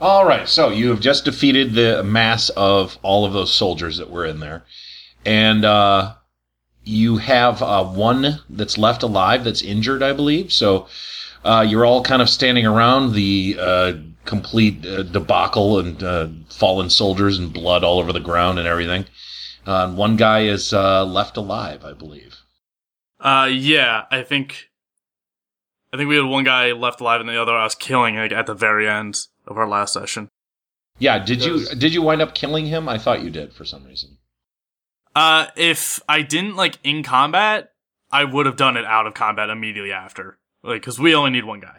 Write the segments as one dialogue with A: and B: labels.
A: All right, so you have just defeated the mass of all of those soldiers that were in there, and uh, you have uh, one that's left alive that's injured, I believe. So uh, you're all kind of standing around the uh, complete uh, debacle and uh, fallen soldiers and blood all over the ground and everything. Uh, and one guy is uh, left alive, I believe.
B: Uh, yeah, I think, I think we had one guy left alive and the other I was killing like, at the very end of our last session.
A: Yeah, did you
C: Does-
A: did you wind up killing him? I thought you did for some reason.
B: Uh, if I didn't like in combat, I would have done it out of combat immediately after, like because we only need one guy.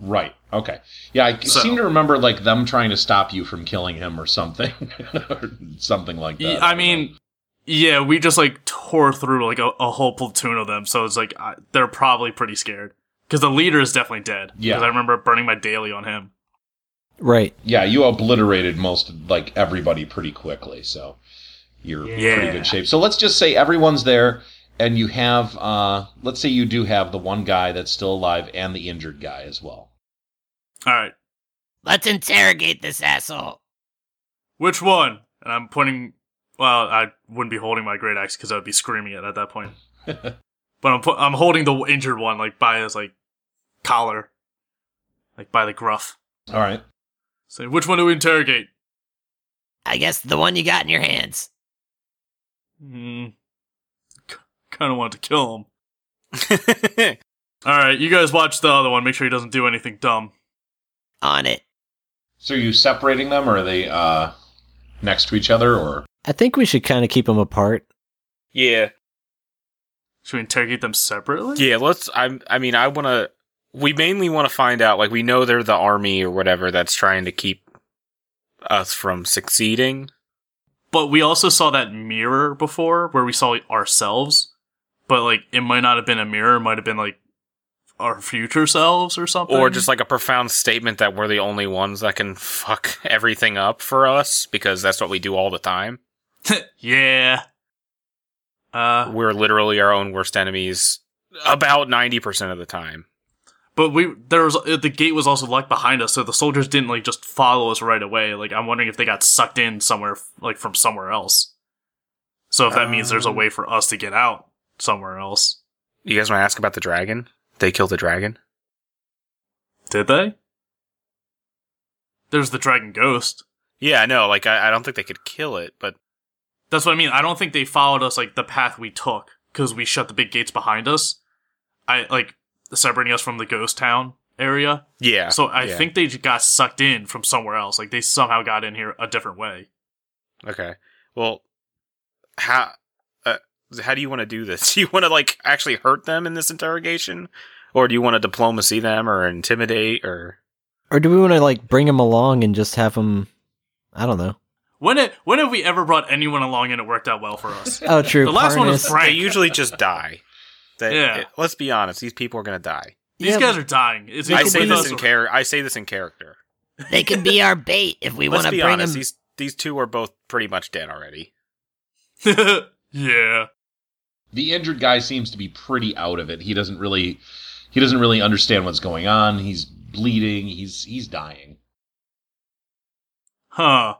A: Right. Okay. Yeah, I
B: So-
A: seem to remember like them trying to stop you from killing him or something, or something like
B: Y-
A: that.
B: I mean, yeah, we just like tore through like a, a whole platoon of them, so it's like I, they're probably pretty scared because the leader is definitely dead. 'cause
A: Yeah.
B: I remember burning my daily on him.
D: Right.
A: yeah, you obliterated most like everybody pretty quickly, so you're
B: Yeah.
A: pretty good shape. So let's just say everyone's there, and you have uh, let's say you do have the one guy that's still alive and the injured guy as well.
B: All right,
E: Let's interrogate this asshole.
B: which one? And I'm pointing. Well, I wouldn't be holding my great axe because I would be screaming it at that point. but I'm pu- I'm holding the injured one like by his like collar, like by the gruff.
A: All right.
B: Say, which one do we interrogate?
E: I guess the one you got in your hands.
B: Hmm. Kind of want to kill him.
C: All
B: All right, you guys watch the other one. Make sure he doesn't do anything dumb.
E: On it.
A: So are you separating them, or are they uh, next to each other, or
D: I think we should kind of keep them apart.
C: yeah,
B: Should we interrogate them separately?
C: yeah. Let's. I. I mean, I want to. We mainly want to find out. Like, we know they're the army or whatever that's trying to keep us from succeeding.
B: But we also saw that mirror before, where we saw ourselves. But like, it might not have been a mirror. It might have been like our future selves or something.
C: or just like a profound statement that we're the only ones that can fuck everything up for us because that's what we do all the time.
B: yeah. Uh,
C: We're literally our own worst enemies about 90% of the time.
B: But we there was uh, the gate was also locked behind us, so the soldiers didn't like just follow us right away. Like I'm wondering if they got sucked in somewhere, f- like from somewhere else. So if that means there's a
C: Um.
B: way for us to get out somewhere else,
C: You guys want to ask about the dragon? They killed the dragon?
B: did they? There's the dragon ghost.
C: Yeah, I know. Like, I, I don't think they could kill it, but
B: That's what I mean. I don't think they followed us like the path we took because we shut the big gates behind us. I like separating us from the ghost town area.
C: yeah.
B: So I
C: yeah.
B: think they j- got sucked in from somewhere else. Like they somehow got in here a different way.
C: Okay. Well, how. uh, How do you want to do this? Do you want to like actually hurt them in this interrogation, or do you want to diplomacy them or intimidate or?
D: Or do we want to like bring them along and just have them? I don't know.
B: When it, when have we ever brought anyone along and it worked out well for us?
D: Oh, true.
B: The last one was
D: harness.
B: Frank.
C: They usually just die. They,
B: Yeah.
C: it- let's be honest; these people are gonna die.
B: These
D: Yeah,
B: guys are dying. It's
D: They
C: I
D: could
C: say
D: be-
C: this in
B: us.
C: char- I say this in character.
E: They could be our bait if we want
C: let's
E: to
C: be
E: bring
C: honest;
E: them.
C: these these two are both pretty much dead already.
B: yeah.
A: the injured guy seems to be pretty out of it. He doesn't really he doesn't really understand what's going on. He's bleeding. He's he's dying.
B: Huh.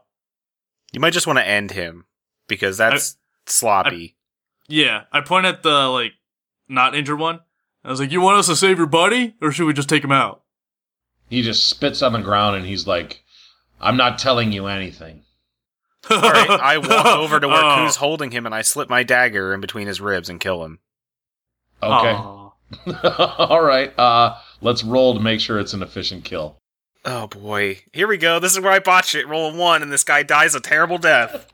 C: You might just want to end him because that's sloppy.
B: Yeah. I point at the like not injured one. I was like, "You want us to save your buddy, or should we just take him out?"
A: He just spits on the ground and he's like, "I'm not telling you anything."
C: All right, I walk over to where
B: Oh.
C: Ku's holding him, and I slip my dagger in between his ribs and kill him.
B: Oh.
A: Okay.
B: Aw.
A: All right. Uh, let's roll to make sure it's an efficient kill.
C: Oh boy, here we go. This is where I botch it. Roll a one, and this guy dies a terrible death.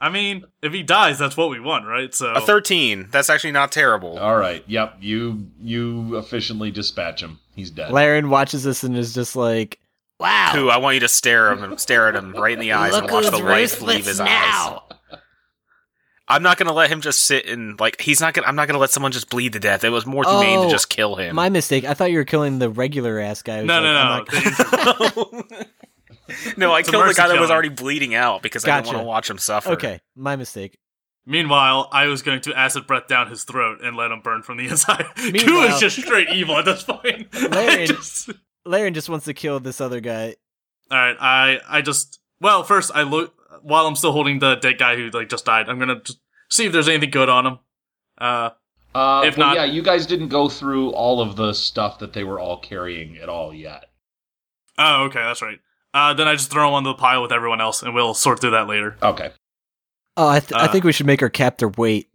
B: I mean, if he dies, that's what we want, right? So
C: A thirteen. That's actually not terrible.
A: All right. Yep. You you efficiently dispatch him. He's dead.
D: Laren watches this and is just like,
E: Wow.
C: Ku, I want you to stare him and stare at him right in the eyes
E: Look
C: and watch
E: who's
C: the life leave
E: ruthless
C: his eyes.
E: now.
C: I'm not gonna let him just sit and like he's not gonna I'm not gonna let someone just bleed to death. It was more humane to
D: Oh,
C: just kill him.
D: "My mistake. I thought you were killing the regular ass guy." I was
B: No,
D: like,
B: no,
D: I'm
B: no.
D: not-
B: The injured one.
C: no, I
B: It's a
C: killed the
B: mercy
C: guy that was
B: killing.
C: already bleeding out because I didn't
D: Gotcha.
C: want to watch him suffer.
D: okay, my mistake.
B: Meanwhile, I was going to acid breath down his throat and let him burn from the inside. Ku is
D: Meanwhile-
B: just straight evil at this point. I
D: Laren-
B: just-
D: Laren just wants to kill this other guy.
B: All right, I I just well first I look while I'm still holding the dead guy who like just died. I'm gonna just see if there's anything good on him. Uh,
A: Uh,
B: If
A: well,
B: not-
A: yeah, you guys didn't go through all of the stuff that they were all carrying at all yet.
B: oh okay, that's right. Uh, then I just throw him on the pile with everyone else, and we'll sort through that later.
A: Okay.
D: Oh, I, th- I
B: Uh.
D: think we should make her cap their weight.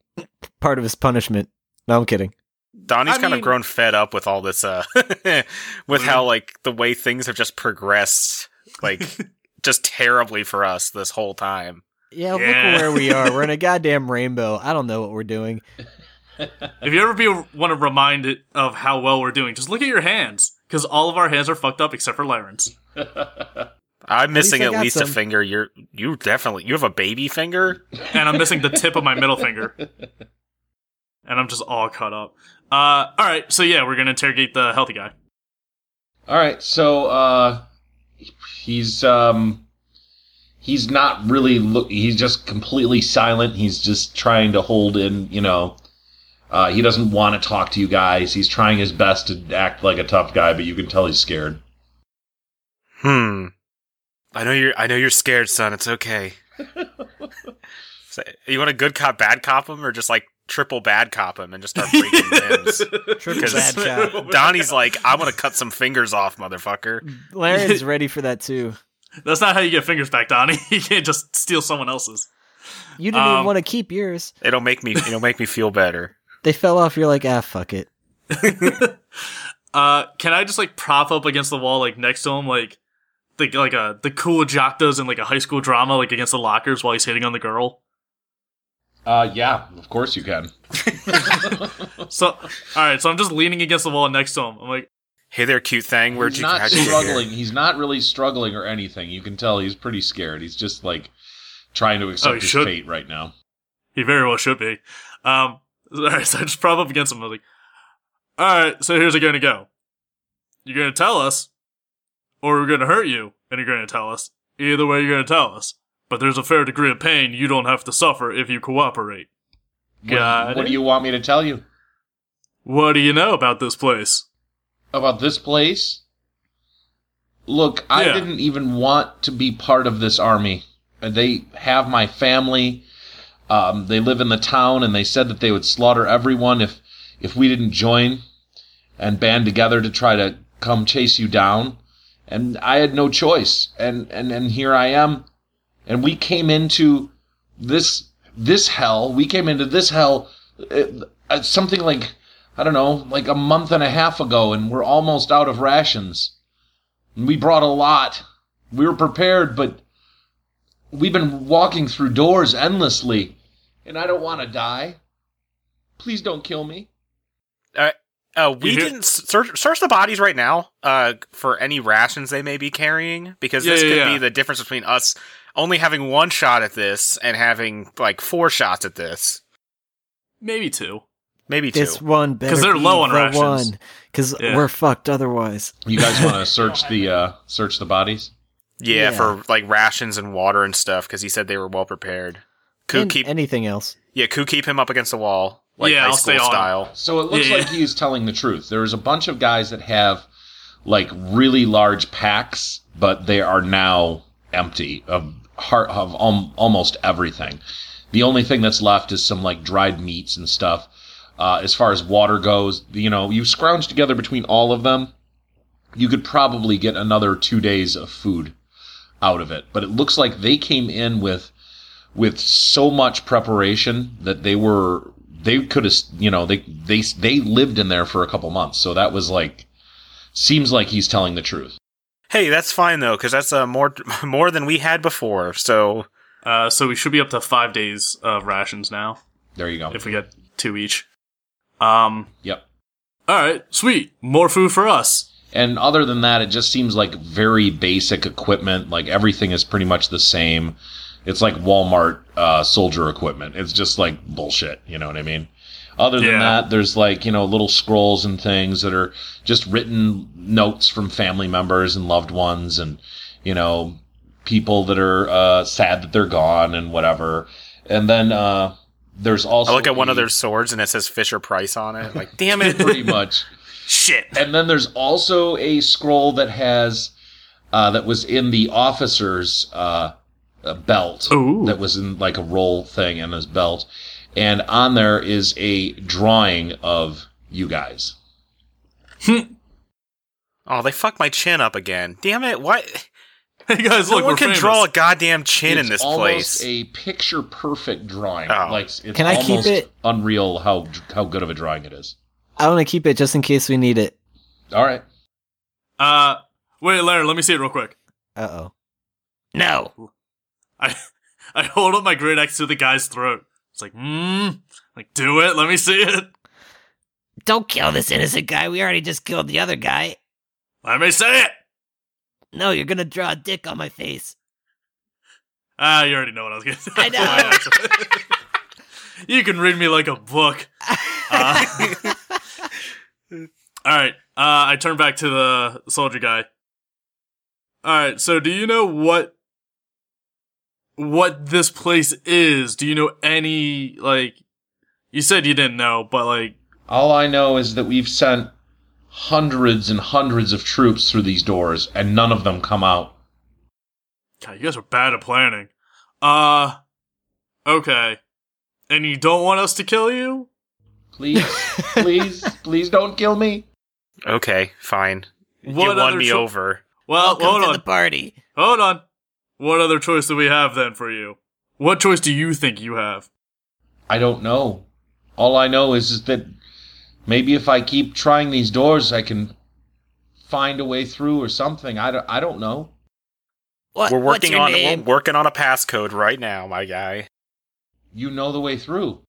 D: Part of his punishment. No, I'm kidding.
C: Donnie's
B: I
C: kind
B: mean-
C: of grown fed up with all this, uh, with how like the way things have just progressed, like just terribly for us this whole time.
D: Yeah,
B: Yeah.
D: look where we are. We're in a goddamn rainbow. I don't know what we're doing.
B: If you ever be want to remind it of how well we're doing, just look at your hands, because all of our hands are fucked up except for Lyron's.
C: I'm
D: least
C: missing
D: I
C: at
D: got
C: least a
D: some.
C: finger. You're you definitely you have a baby finger.
B: and I'm missing the tip of my middle finger. And I'm just all cut up. Uh, all right, so yeah, we're gonna interrogate the healthy guy.
A: All right, so uh, he's um, he's not really look. He's just completely silent. He's just trying to hold in. You know, uh, he doesn't want to talk to you guys. He's trying his best to act like a tough guy, but you can tell he's scared.
C: Hmm. I know you're. I know you're scared, son. It's okay. so, you want a good cop, bad cop him, or just like triple bad cop him and just start breaking limbs?
D: Triple
C: 'Cause
D: bad shot.
C: Donnie's like, I want to cut some fingers off, motherfucker.
D: Laren's ready for that too.
B: That's not how you get fingers back, Donnie. You can't just steal someone else's.
D: You didn't
B: Um,
D: even want to keep yours.
C: It'll make me. It'll make me feel better.
D: They fell off. You're like, ah, fuck it.
B: Uh, can I just like prop up against the wall, like next to him, like the like a the cool jock does in like a high school drama, like against the lockers while he's hitting on the girl?
A: Uh, yeah, of course you can.
B: So, all right, so I'm just leaning against the wall next to him. I'm like,
C: Hey there, cute thing. Where'd
A: he's
C: you?
A: not
C: how'd you get here?
A: struggling. He's not really struggling or anything. You can tell he's pretty scared. He's just like trying to accept
B: Oh, he
A: his
B: should.
A: fate right now.
B: He very well should be. Um, all right, so I just prop up against him. I was like, all right, so here's it going to go. You're going to tell us, or we're going to hurt you, and you're going to tell us. Either way, you're going to tell us. But there's a fair degree of pain you don't have to suffer if you cooperate.
A: What-
B: Got
A: what
B: it.
A: do you want me to tell you
B: What do you know about this place?
A: about this place? Look, I
B: Yeah.
A: didn't even want to be part of this army. Uh, They have my family. Um, they live in the town, and they said that they would slaughter everyone if if we didn't join and band together to try to come chase you down. And I had no choice. And and and here I am. And we came into this this hell. We came into this hell uh, uh, something like I don't know, like a month and a half ago, and we're almost out of rations. And we brought a lot. We were prepared, but we've been walking through doors endlessly, and I don't want to die. Please don't kill me.
C: Uh, we
B: You hear-
C: didn't s- search, search the bodies right now uh, for any rations they may be carrying because
B: Yeah,
C: this
B: yeah,
C: could
B: yeah.
C: be the difference between us only having one shot at this and having like four shots at this,
B: Maybe two.
C: maybe two.
D: This one better
B: 'Cause they're
D: be
B: low on
D: the
B: rations.
D: one because
B: Yeah.
D: we're fucked otherwise.
A: You guys want to search the uh, search the bodies?
C: yeah,
D: yeah.
C: for like rations and water and stuff because he said they were well prepared. Coup
D: And
C: keep
D: anything else?
C: yeah, coup keep him up against the wall like
B: Yeah,
C: high
B: I'll
C: school
B: stay on.
C: style.
A: So it looks
B: Yeah.
A: like he is telling the truth. There is a bunch of guys that have like really large packs, but they are now empty of heart of al- almost everything. The only thing that's left is some like dried meats and stuff. Uh, as far as water goes, you know, you scrounge together between all of them, you could probably get another two days of food out of it. But it looks like they came in with with so much preparation that they were they could have you know they they they lived in there for a couple months so that was like seems like he's telling the truth
C: Hey, that's fine though because that's uh, more more than we had before. So
B: Uh, so we should be up to five days of rations now
A: there you go
B: if we get two each. Um,
A: yep
B: all right, sweet. More food for us.
A: and other than that it just seems like very basic equipment like everything is pretty much the same it's like walmart uh, soldier equipment it's just like bullshit you know what i mean other than
B: Yeah.
A: that there's like you know little scrolls and things that are just written notes from family members and loved ones and you know people that are uh, sad that they're gone and whatever and then uh, there's also
C: I look at one
A: a-
C: of their swords and it says Fisher Price on it. Like
B: Damn it.
A: pretty much
B: Shit.
A: and then there's also a scroll that has uh, that was in the officer's uh, uh, belt
B: Ooh.
A: that was in like a roll thing in his belt, and on there is a drawing of you guys.
C: Oh, they fucked my chin up again. Damn it! What?
B: Hey guys,
C: No
B: look,
C: one
B: we're
C: can
B: famous.
C: draw a goddamn chin
A: it's
C: in this
A: almost
C: place.
A: a picture perfect drawing.
C: Oh.
A: Like it's
D: Can I keep
A: almost
D: it?
A: unreal how how good of a drawing it is.
D: I want to keep it just in case we need it.
A: All right.
B: Uh, wait, Larry, let me see it real quick.
D: Uh oh.
E: No.
B: I I hold up my great axe to the guy's throat. It's like, mmm, like do it. Let me see it.
E: Don't kill this innocent guy. We already just killed the other guy.
B: Let me see it.
E: No, you're gonna draw a dick on my face.
B: Ah, you already know what I was gonna say.
E: I know.
B: you can read me like a book. Uh, all right. Uh, I turn back to the soldier guy. All right. So, do you know what what this place is? Do you know any like? You said you didn't know, but like,
A: All I know is that we've sent hundreds and hundreds of troops through these doors, and none of them come out.
B: God, you guys are bad at planning. Uh, okay. And you don't want us to kill you?
A: Please, please, please don't kill me.
C: okay, fine. you
B: What
C: won
B: other
C: me
B: cho-
C: over.
B: Well,
E: Welcome
B: hold
E: to
B: on,
E: the party.
B: hold on. What other choice do we have then for you? What choice do you think you have?
A: I don't know. All I know is, is that maybe if I keep trying these doors, I can find a way through or something. I don't, I don't know.
E: What,
C: We're
E: what's
C: working
E: your
C: on
E: name?
C: we're working on a passcode right now, my guy.
A: You know the way through.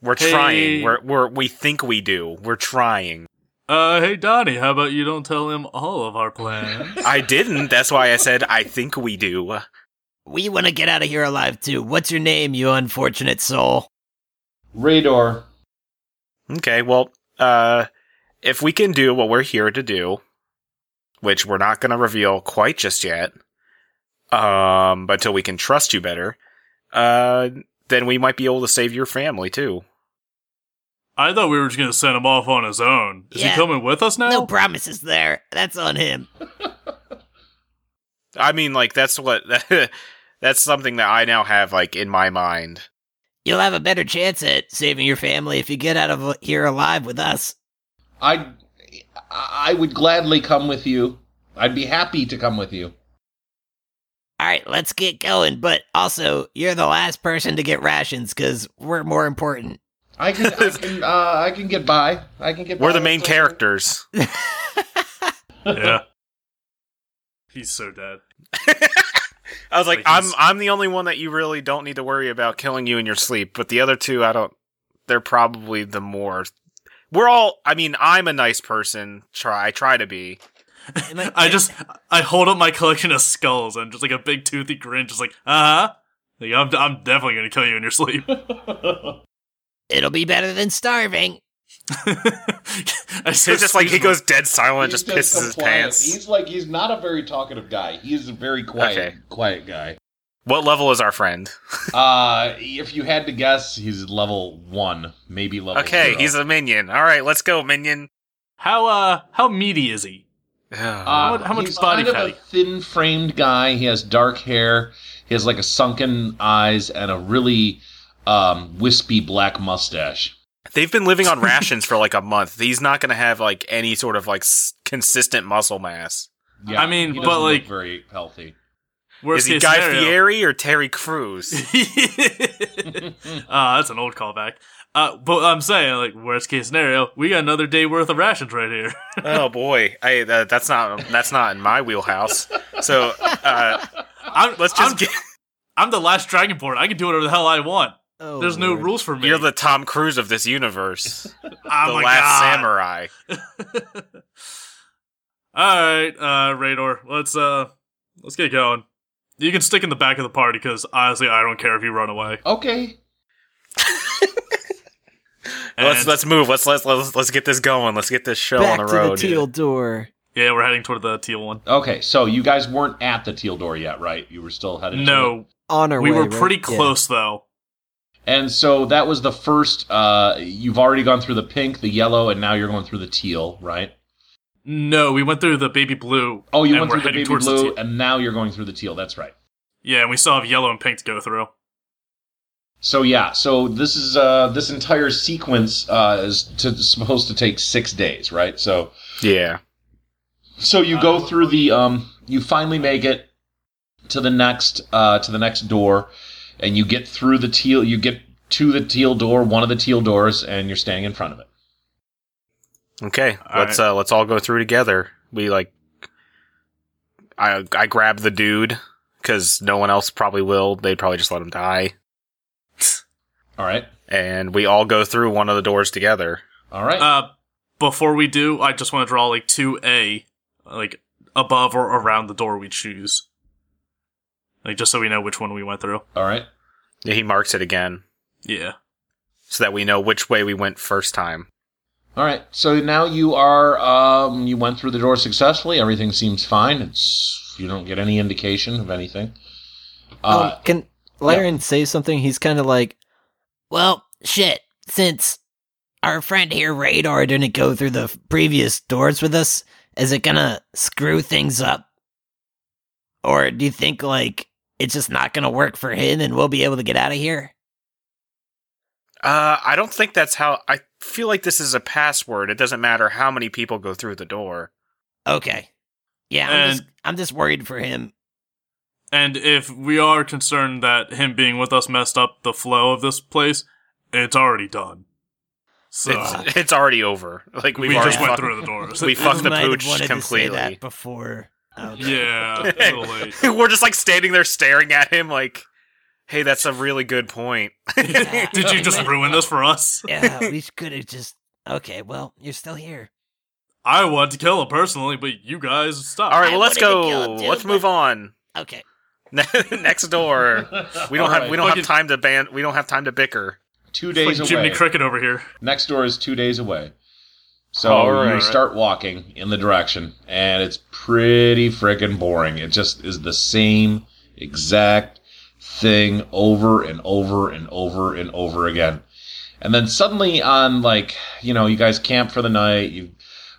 C: We're
B: Hey.
C: trying. We're we're we think we do. We're trying.
B: Uh, hey Donnie, how about you don't tell him all of our plans?
C: I didn't. That's why I said I think we do.
E: We want to get out of here alive too. What's your name, you unfortunate soul?
A: Radar.
C: Okay, well, uh, if we can do what we're here to do, which we're not going to reveal quite just yet, um, but until we can trust you better, uh, then we might be able to save your family too.
B: I thought we were just gonna send him off on his own. Is
E: Yeah.
B: he coming with us now?
E: No promises there. That's on him.
C: I mean, like that's what that's something that I now have like in my mind.
E: You'll have a better chance at saving your family if you get out of here alive with us.
A: I, I would gladly come with you. I'd be happy to come with you.
E: All right, let's get going. But also, you're the last person to get rations because we're more important.
A: I can, I can, uh, I can get by. I can get.
C: We're
A: by
C: the main
A: with-
C: characters.
B: yeah. He's so dead.
C: I was like,
B: Like,
C: I'm
B: he's-
C: I'm the only one that you really don't need to worry about killing you in your sleep, but the other two, I don't. They're probably the more. We're all. I mean, I'm a nice person. Try I try to be.
D: Am I-
B: I just I hold up my collection of skulls and just like a big toothy grin, just like uh huh. Like, I'm I'm definitely gonna kill you in your sleep.
E: It'll be better than starving.
B: I
C: It's just like he goes dead silent,
A: He's
C: just pisses his
A: compliant.
C: pants.
A: He's like he's not a very talkative guy. He is a very quiet,
C: Okay.
A: quiet guy.
C: What level is our friend?
A: Uh, if you had to guess, he's level one, maybe level.
C: Okay,
A: zero.
C: he's a minion. All right, let's go, minion.
B: How uh how meaty is he?
C: Ugh.
A: Uh,
B: much- how much
A: he's
B: body
A: kind
B: fat?
A: Of a thin-framed guy. He has dark hair. He has like a sunken eyes and a really um, wispy black mustache.
C: They've been living on rations for like a month. He's not going to have like any sort of like s- consistent muscle mass.
A: Yeah,
B: I mean,
A: he
B: but,
A: doesn't look
B: like-
A: very healthy.
B: Worst
C: is he
B: case
C: Guy
B: scenario.
C: Fieri or Terry Crews?
B: uh, that's an old callback. Uh, but I'm saying, like, worst case scenario, we got another day worth of rations right here.
C: oh boy, I, uh, that's not that's not in my wheelhouse. So uh,
B: I'm,
C: let's just
B: I'm,
C: get.
B: I'm the last Dragonborn. I can do whatever the hell I want.
D: Oh,
B: There's no
D: Lord.
B: rules for me.
C: You're the Tom Cruise of this universe,
B: I'm a
C: the Last
B: Oh god.
C: Samurai.
B: All right, uh, Rador, let's uh, let's get going. You can stick in the back of the party because honestly, I don't care if you run away.
A: Okay.
C: let's
B: And-
C: let's move. Let's let's let's let's get this going. Let's get this show
D: back
C: on the
D: to the
C: road.
D: teal door.
B: Yeah, we're heading toward the teal one.
A: Okay. So you guys weren't at the teal door yet, right? You were still headed. to it.
B: No,
D: On our
B: we
D: way,
B: were
D: right?
B: pretty
D: Yeah.
B: close though.
A: And so that was the first. Uh, you've already gone through the pink, the yellow, and now you're going through the teal, right?
B: No, we went through the baby blue.
A: Oh, you
B: and
A: went
B: we're
A: through the
B: heading
A: baby
B: towards the
A: blue,
B: teal.
A: and now you're going through the teal. That's right.
B: yeah, and we still have yellow and pink to go through.
A: So yeah, so this is uh, this entire sequence uh, is to, supposed to take six days, right? So
C: Yeah.
A: so you
B: Uh,
A: go through the um, you finally make it to the next uh, to the next door, and you get through the teal. You get to the teal door, one of the teal doors, and you're standing in front of it.
C: Okay.
B: All
C: let's uh let's all go through together. We like I I grab the dude cuz no one else probably will. They'd probably just let him die.
A: All right,
C: And we all go through one of the doors together.
A: all right.
B: Uh, before we do, I just want to draw like two A, like above or around the door we choose, like just so we know which one we went through.
A: All right.
C: Yeah, He marks it again
B: Yeah.
C: so that we know which way we went first time.
A: All right. So now you are um, you went through the door successfully. Everything seems fine. It's you don't get any indication of anything. Uh,
D: um, can Laren say something? He's kind of like,
E: Well, shit. Since our friend here, Radar, didn't go through the f- previous doors with us, is it gonna screw things up? Or do you think, like, it's just not gonna work for him and we'll be able to get out of here?
C: Uh I don't think that's how I feel like this is a password. It doesn't matter how many people go through the door.
E: Okay. Yeah, I'm, just,
B: And-
E: I'm just worried for him.
B: And if we are concerned that him being with us messed up the flow of this place, it's already done. So uh,
C: It's, it's already over. Like
B: we
C: we've already
B: just went
C: fucked-
B: through the doors.
C: we fucked the
E: might have
C: pooch
E: wanted To say
C: completely.
E: that before. um, Okay.
B: yeah, it's a little late.
C: We're just like standing there staring at him like, hey, that's a really good point.
B: Did you just ruin this for us?
E: yeah, we could have just. Okay, well, you're still here.
B: I want to kill him personally, but you guys stop.
C: All right,
E: Oh, I
C: well, let's
E: wanted to
C: go.
E: kill him too,
C: let's
E: but-
C: move on.
E: Okay.
C: Next door. We don't
A: All
C: have
A: right.
C: we don't have
B: Fucking-
C: time to ban we don't have time to bicker.
A: two
B: It's
A: days
B: like
A: away.
B: Jiminy Cricket over here.
A: Next door is two days away. So
C: All
A: you
C: right.
A: start walking in the direction, and it's pretty freaking boring. It just is the same exact thing over and over and over and over again. And then suddenly, on like, you know, you guys camp for the night, you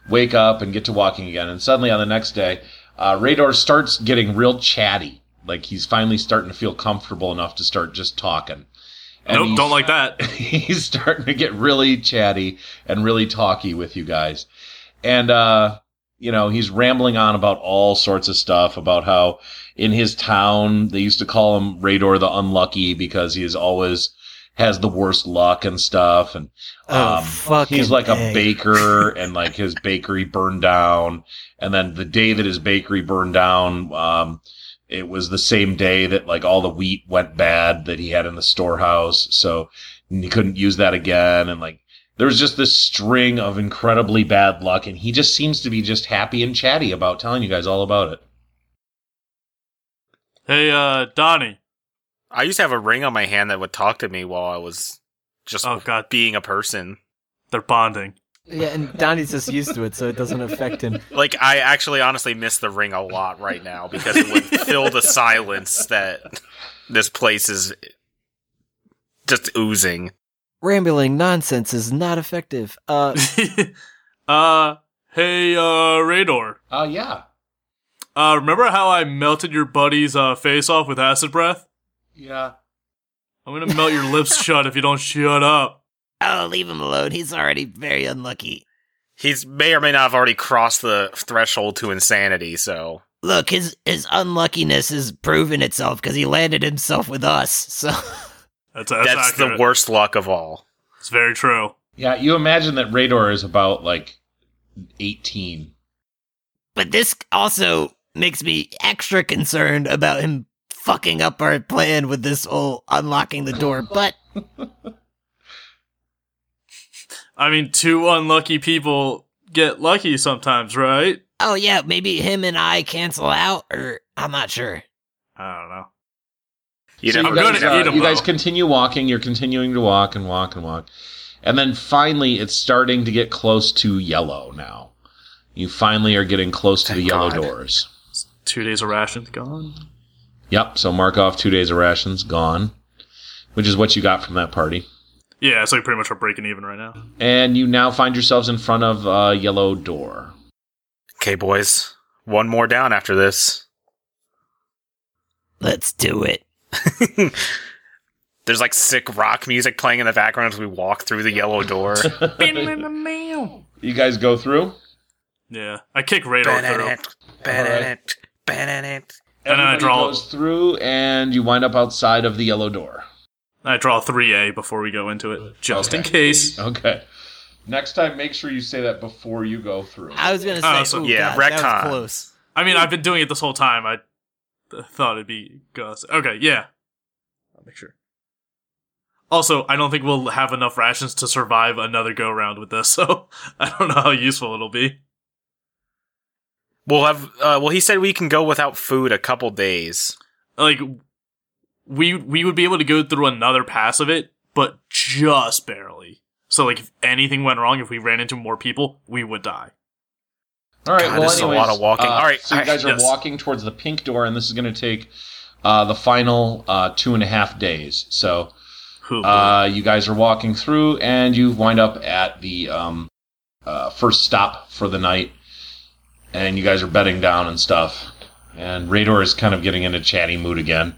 A: wake up and get to walking again. And suddenly, on the next day, uh, Radar starts getting real chatty. Like, he's finally starting to feel comfortable enough to start just talking. And
B: Nope,
A: he's-
B: don't like that.
A: he's starting to get really chatty and really talky with you guys. And, uh, you know, he's rambling on about all sorts of stuff about how in his town, they used to call him Rador the Unlucky because he is always has the worst luck and stuff. And,
D: oh,
A: um,
D: fucking
A: he's like a
D: egg.
A: baker and like his bakery burned down. And then the day that his bakery burned down, um, it was the same day that like all the wheat went bad that he had in the storehouse. So he couldn't use that again. And like there was just this string of incredibly bad luck. And he just seems to be just happy and chatty about telling you guys all about it.
B: Hey, uh, Donnie.
C: I used to have a ring on my hand that would talk to me while I was just
B: Oh, God.
C: being a person.
B: They're bonding.
D: Yeah, and Donnie's just used to it, so it doesn't affect him.
C: Like I actually honestly miss the ring a lot right now because it would fill the silence that this place is just oozing.
D: Rambling nonsense is not effective. Uh,
B: uh, hey, uh, Rador.
A: Uh, yeah.
B: Uh, remember how I melted your buddy's uh, face off with acid breath?
A: Yeah.
B: I'm gonna melt your lips shut if you don't shut up.
E: Oh, leave him alone. He's already very unlucky.
C: He's may or may not have already crossed the threshold to insanity, so
E: Look, his his unluckiness has proven itself because he landed himself with us. So
B: That's
C: that's,
B: that's,
C: the
B: accurate.
C: worst luck of all.
B: It's very true.
A: Yeah. You imagine that Rador is about like 18.
E: But this also makes me extra concerned about him fucking up our plan with this whole unlocking the door. But
B: I mean, two unlucky people get lucky sometimes, right?
E: oh yeah, maybe him and I cancel out, or I'm not sure.
B: I don't know.
C: You
A: So
C: know,
B: I'm
A: you, guys,
B: gonna
A: uh,
B: eat 'em,
A: you guys
B: though.
A: continue walking. You're continuing to walk and walk and walk, and then finally, it's starting to get close to yellow. Now, you finally are getting close to
C: Thank
A: the yellow
C: God.
A: doors.
B: Two days of rations gone.
A: Yep. So mark off two days of rations gone, which is what you got from that party,
B: Yeah, so we pretty much are breaking even right now.
A: and you now find yourselves in front of a yellow door.
C: Okay, boys. One more down after this.
E: Let's do it.
C: There's like sick rock music playing in the background as we walk through the yellow door.
A: you guys go through.
B: Yeah, I kick radar through.
C: Ba-da-da-da, ba-da-da-da.
B: And then I
A: Everybody
B: draw-
A: goes through, and you wind up outside of the yellow door.
B: I draw three A before we go into it, just in
A: Okay.
B: case.
A: Okay. Next time, make sure you say that before you go through.
E: I was gonna say,
B: Oh, so-
E: ooh,
C: yeah,
E: God, that was
C: retcon.
E: close.
B: I mean, I've been doing it this whole time. I th- thought it'd be Gus. Okay, yeah. I'll make sure. Also, I don't think we'll have enough rations to survive another go round with this, so I don't know how useful it'll be.
C: We'll have. Uh, well, he said we can go without food a couple days.
B: Like we we would be able to go through another pass of it, but just barely. So like if anything went wrong, if we ran into more people, we would die.
A: All right.
C: God,
A: well,
C: this is a lot
A: anyways,
C: of walking.
A: uh,
C: All right,
A: So you
C: I-
A: guys are
B: yes.
A: walking towards the pink door, and this is going to take uh, the final uh, two and a half days. So
B: Who
A: uh, you guys are walking through, and you wind up at the um, uh, first stop for the night, and you guys are bedding down and stuff. And Radar is kind of getting in a chatty mood again.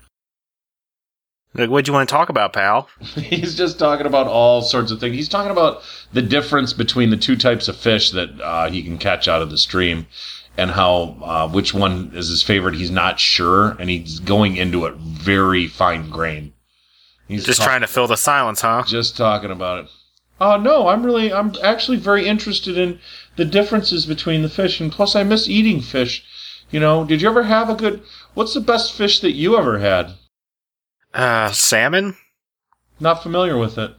C: Like, what do you want to talk about, pal?
A: He's just talking about all sorts of things. He's talking about the difference between the two types of fish that uh, he can catch out of the stream, and how uh, which one is his favorite. He's not sure, and he's going into it very fine grain. He's
C: Just
A: ta-
C: trying to fill the silence, huh?
A: just talking about it. Oh no, I'm really, I'm actually very interested in the differences between the fish, and plus I miss eating fish. You know, did you ever have a good? What's the best fish that you ever had?
C: Uh, salmon.
A: Not familiar with it.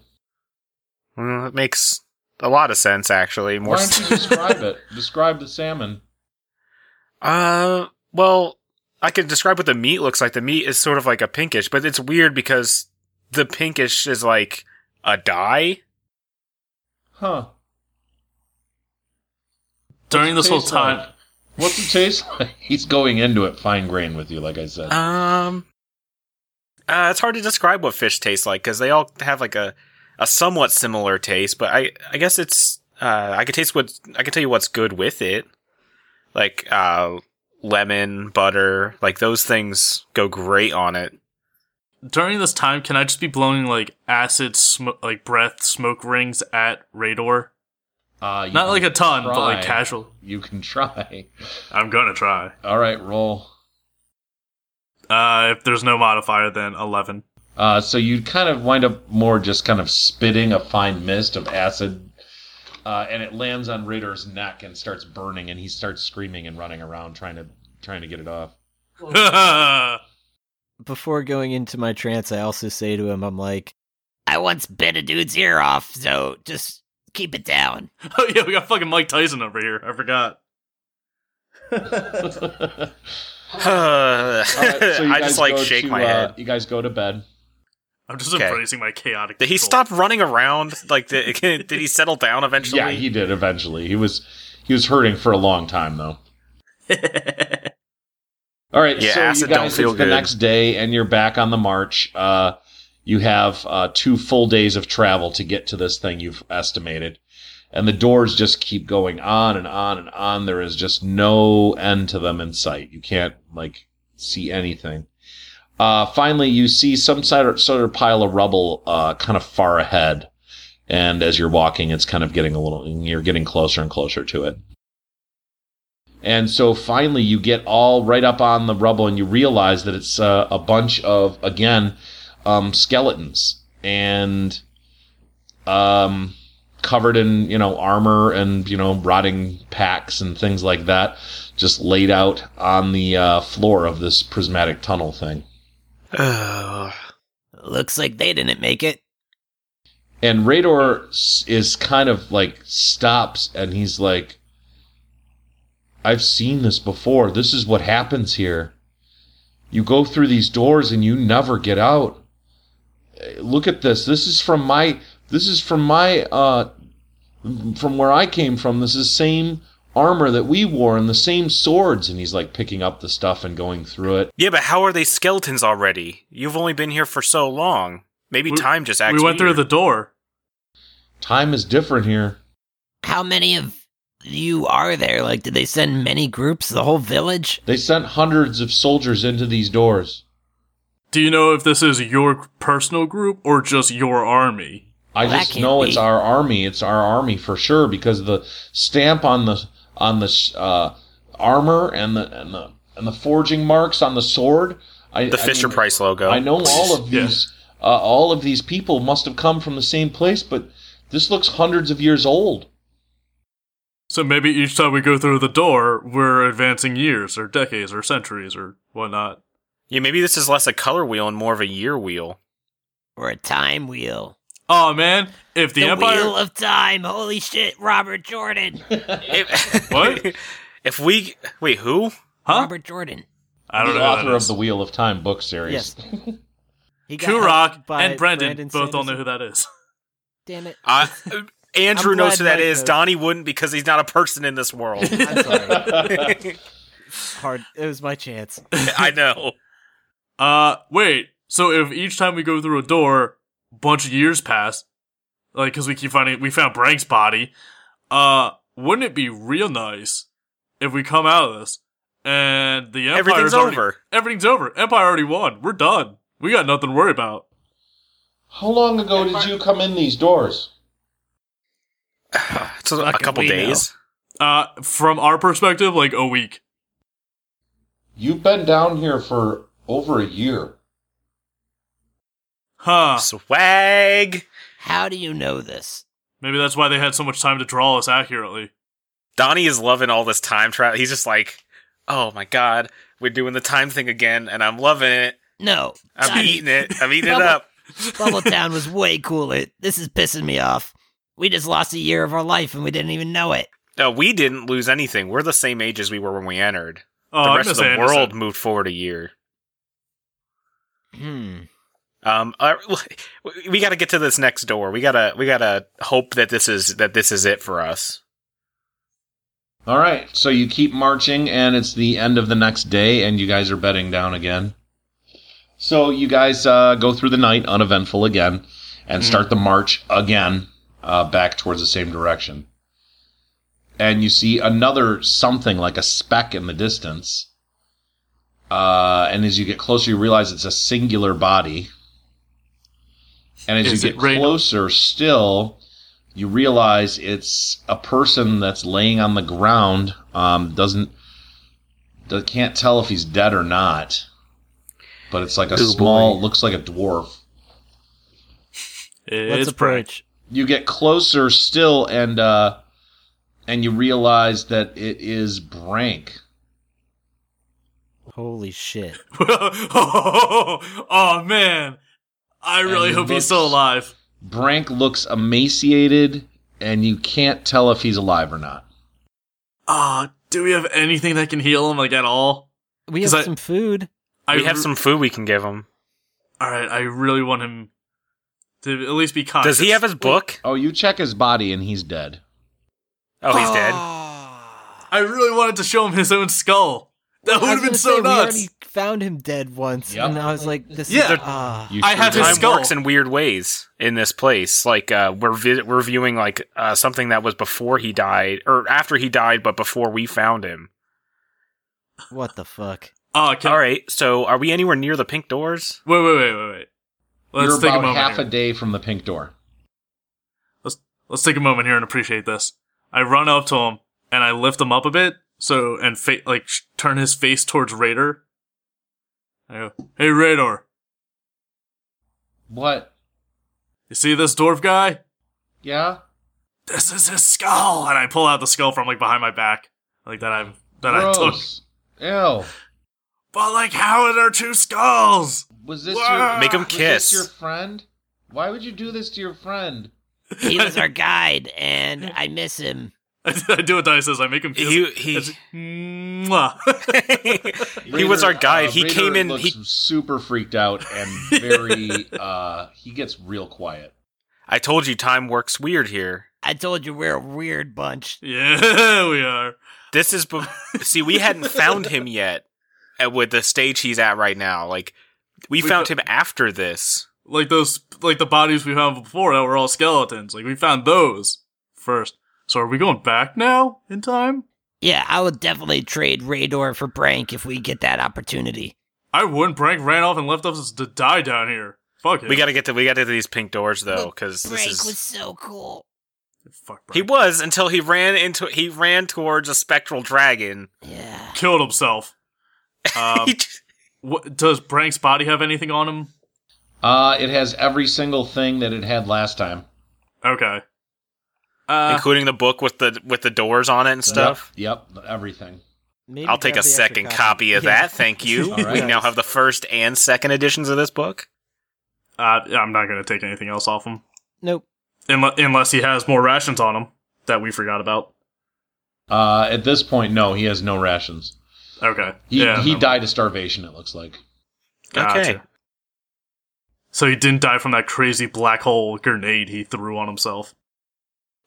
C: Mm, that makes a lot of sense, actually. More.
A: Why don't
C: s-
A: you describe it? Describe the salmon.
C: Uh, well, I could describe what the meat looks like. The meat is sort of like a pinkish, but it's weird because the pinkish is like a dye.
A: Huh.
B: during this whole
A: Taste
B: time
A: like? What's it taste like? He's going into it fine grained with you, like I said.
C: Um, uh, it's hard to describe what fish tastes like because they all have like a, a somewhat similar taste. But I, I guess it's uh, I could taste what I could tell you what's good with it, like uh, lemon, butter, like those things go great on it.
B: during this time, can I just be blowing like acid, sm- like breath, smoke rings at Rador?
A: Uh, you
B: Not
A: can
B: like a ton, but like
A: try.
B: casual.
A: You can try.
B: I'm gonna try.
A: All right, roll.
B: Uh, if there's no modifier, then eleven.
A: Uh, so you kind of wind up more just kind of spitting a fine mist of acid, uh, and it lands on Raider's neck and starts burning, and he starts screaming and running around trying to trying to get it off.
D: Before going into my trance, I also say to him, I'm like,
E: I once bit a dude's ear off, so just keep it down.
B: Oh yeah, we got fucking Mike Tyson over here. I forgot.
A: All right, so you
C: I
A: guys
C: just like
A: go
C: shake
A: to,
C: my
A: uh,
C: head.
A: You guys go to bed.
B: I'm just
C: Okay.
B: embracing my chaotic.
C: Did he
B: control.
C: stop running around? Like, did, did he settle down eventually?
A: Yeah, he did eventually. He was he was hurting for a long time though. All right,
C: Yeah,
A: so
C: acid
A: you
C: don't
A: guys,
C: feel
A: it's the
C: good.
A: next day, and you're back on the march. Uh, you have uh, two full days of travel to get to this thing you've estimated, and the doors just keep going on and on and on. There is just no end to them in sight. You can't like see anything. Uh, finally, you see some sort of, sort of pile of rubble, uh, kind of far ahead, and as you're walking, it's kind of getting a little. You're getting closer and closer to it. And so finally, you get all right up on the rubble and you realize that it's uh, a bunch of, again, um, skeletons and um, covered in, you know, armor and, you know, rotting packs and things like that, just laid out on the uh, floor of this prismatic tunnel thing.
C: Ugh.
E: Looks like they didn't make it.
A: And Rador s- is kind of like stops and he's like, I've seen this before. This is what happens here. You go through these doors and you never get out. Eh, Look at this. This is from my, this is from my, uh, from where I came from. This is the same armor that we wore and the same swords. And he's like picking up the stuff and going through it.
C: Yeah, but how are they skeletons already? You've only been here for so long. Maybe
B: We-
C: time just acts.
B: we went through
C: weird.
B: the door.
A: Time is different here.
E: How many of you are there? Like, did they send many groups, the whole village?
A: They sent hundreds of soldiers into these doors.
B: Do you know if this is your personal group or just your army?
A: I
E: Well, that
A: just
E: can't
A: know
E: be.
A: it's our army. It's our army for sure because the stamp on the on the uh, armor and the and the and the forging marks on the sword. I,
C: The
A: I
C: Fisher
A: mean,
C: Price logo.
A: I know all of
B: Yeah.
A: these. Uh, all of these people must have come from the same place, but this looks hundreds of years old.
B: So maybe each time we go through the door, we're advancing years or decades or centuries or whatnot.
C: Yeah, maybe this is less a color wheel and more of a year wheel.
E: Or a time wheel?
B: Oh man, if the,
E: the
B: Empire
E: wheel of time. Holy shit, Robert Jordan.
C: If-
B: What?
C: If we wait, who?
B: Huh?
E: Robert Jordan.
B: I don't
A: the
B: know. who that
A: author of
B: is.
A: the Wheel of Time book series.
D: Yes. He got
B: Kurok
D: helped by
B: and Brendan both don't know
D: Sanderson.
B: who that is.
D: Damn it.
C: Uh, Andrew
D: I'm
C: knows who
D: glad
C: that
D: Mike
C: is.
D: knows.
C: Donnie wouldn't because he's not a person in this world.
D: I'm sorry. Hard. It was my chance.
C: I know.
B: Uh, wait. So if each time we go through a door, bunch of years pass, like because we keep finding we found Brank's body. Uh, wouldn't it be real nice if we come out of this and the Empire's
C: Everything's
B: already-
C: over.
B: Everything's over. Empire already won. We're done. We got nothing to worry about.
A: How long ago did you come in these doors?
C: So a
E: Fucking
C: couple
E: we know.
C: days.
B: Uh, from our perspective, like a week.
A: You've been down here for over a year.
B: Huh.
C: Swag.
E: How do you know this?
B: Maybe that's why they had so much time to draw us accurately.
C: Donnie is loving all this time travel. He's just like, oh my god, we're doing the time thing again, and I'm loving it.
E: No.
C: I'm
E: Johnny,
C: eating it. I'm eating it
E: Bubble-
C: up.
E: Bubble Town was way cooler. This is pissing me off. We just lost a year of our life and we didn't even know it.
C: No, we didn't lose anything. We're the same age as we were when we entered.
B: Oh,
C: the
B: I
C: rest of
B: miss
C: the
B: Anderson.
C: world moved forward a year.
E: Hmm.
C: Um, uh, we got to get to this next door. We gotta, we gotta hope that this is that this is it for us.
A: All right, so you keep marching, and it's the end of the next day, and you guys are bedding down again. So you guys uh, go through the night uneventful again, and start the march again uh, back towards the same direction. And you see another something like a speck in the distance. Uh, and as you get closer, you realize it's a singular body. And as
B: Is
A: you
B: it
A: get
B: Raynor?
A: closer still, you realize it's a person that's laying on the ground. Um, doesn't do- can't tell if he's dead or not. But it's like a small, looks like a dwarf.
D: Let's
B: It's Brank.
D: approach.
A: You get closer still, and uh, and you realize that it is Brank.
D: Holy shit.
B: oh man, I really
A: he
B: hope he's
A: looks-
B: still alive.
A: Brank looks emaciated, and you can't tell if he's alive or not.
B: Ah, do we have anything that can heal him like at all?
D: We
B: 'Cause
D: have
B: I-
D: some food.
B: I
C: we have
B: re-
C: some food we can give him.
B: All right, I really want him to at least be conscious.
C: Does he have his book?
A: Oh, you check his body, and he's dead.
C: Oh, he's dead.
B: Ah, I really wanted to show him his own skull. That would
D: Ah. I was
B: have been
D: gonna
B: so
D: say, We
B: nuts.
D: already found him dead once,
A: Yep.
D: and I was like, "This
B: Yeah.
D: is ah."
A: You
B: I have
A: did.
B: his
C: Time
B: skull.
C: works in weird ways in this place. Like uh, we're vi- we're viewing like uh, something that was before he died or after he died, but before we found him.
D: what the fuck?
B: Oh, can
C: All right. So are we anywhere near the pink doors?
B: wait, wait, wait, wait, wait. Let's
A: You're
B: take a
A: about
B: moment.
A: half
B: here.
A: a day from the pink door.
B: let's let's take a moment here and appreciate this. I run up to him and I lift him up a bit, so and fa- like sh- turn his face towards Radar. I go, "Hey, Radar,
A: What?
B: you see this dwarf guy?
A: Yeah.
B: This is his skull." And I pull out the skull from like behind my back, like that I that I took.
A: Gross. Ew.
B: But like, how are there two skulls?
A: Was this
B: Wah!
A: your
C: Make him
A: was
C: kiss.
A: this your friend? Why would you do this to your friend?
E: He was our guide and I miss him.
B: I do what Dice says. I make him. kiss-
C: He he
B: it's- Mwah.
C: he was our
A: Raider,
C: guide.
A: uh,
C: he
A: Raider
C: came in.
A: Looks
C: He,
A: super freaked out and very. uh, he gets real quiet.
C: I told you, time works weird here.
E: I told you we're a weird bunch.
B: yeah, we are.
C: This is be- see, we hadn't found him yet uh, with the stage he's at right now. Like we,
B: We
C: found
B: fo-
C: him after this.
B: like those like the bodies we found before that were all skeletons. Like we found those first. So are we going back now in time?
E: Yeah, I would definitely trade Rador for Brank if we get that opportunity.
B: I wouldn't. Brank ran off and left us to die down here. Fuck it.
C: We gotta get to we gotta get to these pink doors though, because this
E: Brank
C: is
E: was so cool.
B: Fuck Brank.
C: he was until he ran into he ran towards a spectral dragon.
E: Yeah.
B: killed himself. Um,
C: He just-
B: what, does Brank's body have anything on him?
A: Uh, it has every single thing that it had last time.
B: Okay. Uh,
C: including the book with the with the doors on it and stuff.
A: Yep, yep everything.
D: Maybe
C: I'll take
D: grab
C: a
D: the extra
C: second copy. of
D: Yeah.
C: that. Thank you.
A: All
C: We
A: right.
C: now have the first and second editions of this book.
B: uh, I'm not gonna take anything else off him,
D: Nope.
B: Unle- unless he has more rations on him that we forgot about.
A: Uh, at this point, no, he has no rations.
B: Okay.
A: He
B: yeah.
A: he
B: no.
A: died of starvation. It looks like.
C: Okay.
B: So he didn't die from that crazy black hole grenade he threw on himself.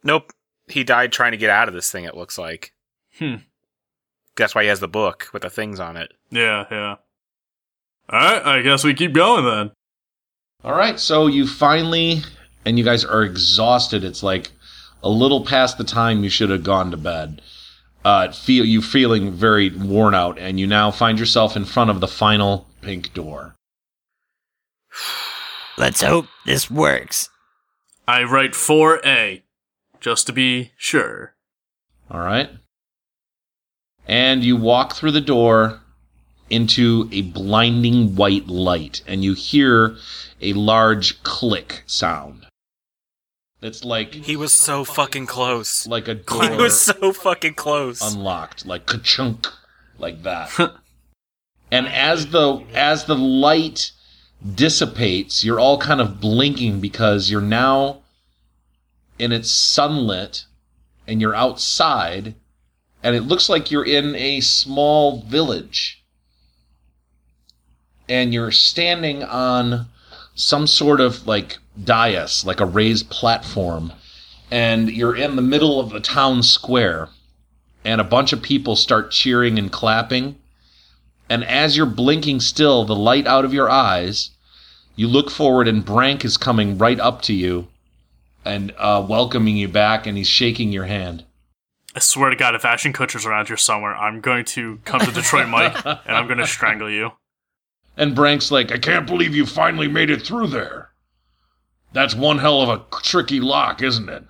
C: Nope. He died trying to get out of this thing, it looks like.
B: Hmm.
C: That's why he has the book with the things on it.
B: Yeah, yeah. All right, I guess we keep going then.
A: All right, so you finally, and you guys are exhausted. It's like a little past the time you should have gone to bed. Uh, it feel you feeling very worn out, and you now find yourself in front of the final pink door.
E: Let's hope this works.
B: I write 4A just to be sure.
A: All right, and you walk through the door into a blinding white light, and you hear a large click sound. It's like
C: He was so fucking close.
A: like a door
C: He was so fucking close.
A: unlocked, like ka-chunk, like that. and as the as the light dissipates, you're all kind of blinking because you're now and it's sunlit and you're outside and it looks like you're in a small village. And you're standing on some sort of like dais, like a raised platform, and you're in the middle of a town square and a bunch of people start cheering and clapping. And as you're blinking still, the light out of your eyes, you look forward and Brank is coming right up to you and uh, welcoming you back, and he's shaking your hand.
B: I swear to God, if Ashton Kutcher's around here somewhere, I'm going to come to Detroit Mike and I'm going to strangle you.
A: And Brank's like, I can't believe you finally made it through there. That's one hell of a tricky lock, isn't it?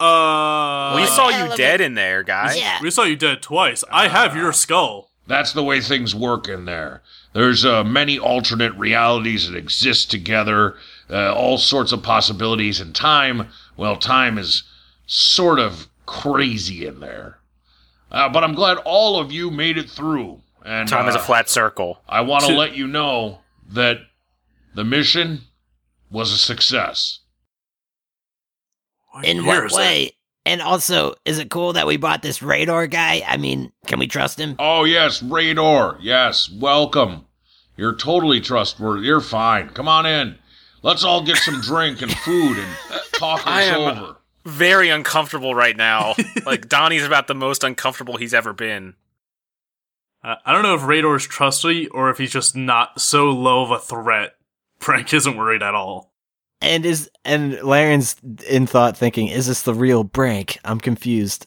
B: Uh,
C: we saw
E: hell of
C: you
E: a-
C: dead in there, guy.
E: yeah.
B: we saw you dead twice. I have your skull.
A: That's the way things work in there. There's uh, many alternate realities that exist together, uh, all sorts of possibilities, and time, well, time is sort of crazy in there. Uh, but I'm glad all of you made it through. And
C: Time is a
A: uh,
C: flat circle.
A: I want to
B: Two-
A: let you know that the mission was a success.
E: In
B: year
E: what
B: is
E: way? And also, is it cool that we bought this Rador guy? I mean, can we trust him?
A: Oh, yes, Radar. Yes, welcome. You're totally trustworthy. You're fine. Come on in. Let's all get some drink and food and talk
C: I
A: this
C: am-
E: uh,
A: over.
C: Very uncomfortable right now. like Donnie's about the most uncomfortable he's ever been.
B: that? Uh, I don't know if Rador's trustworthy or if he's just not so low of a threat. Frank isn't worried at all.
D: And is and Laren's in thought thinking, is this the real Brank? I'm confused.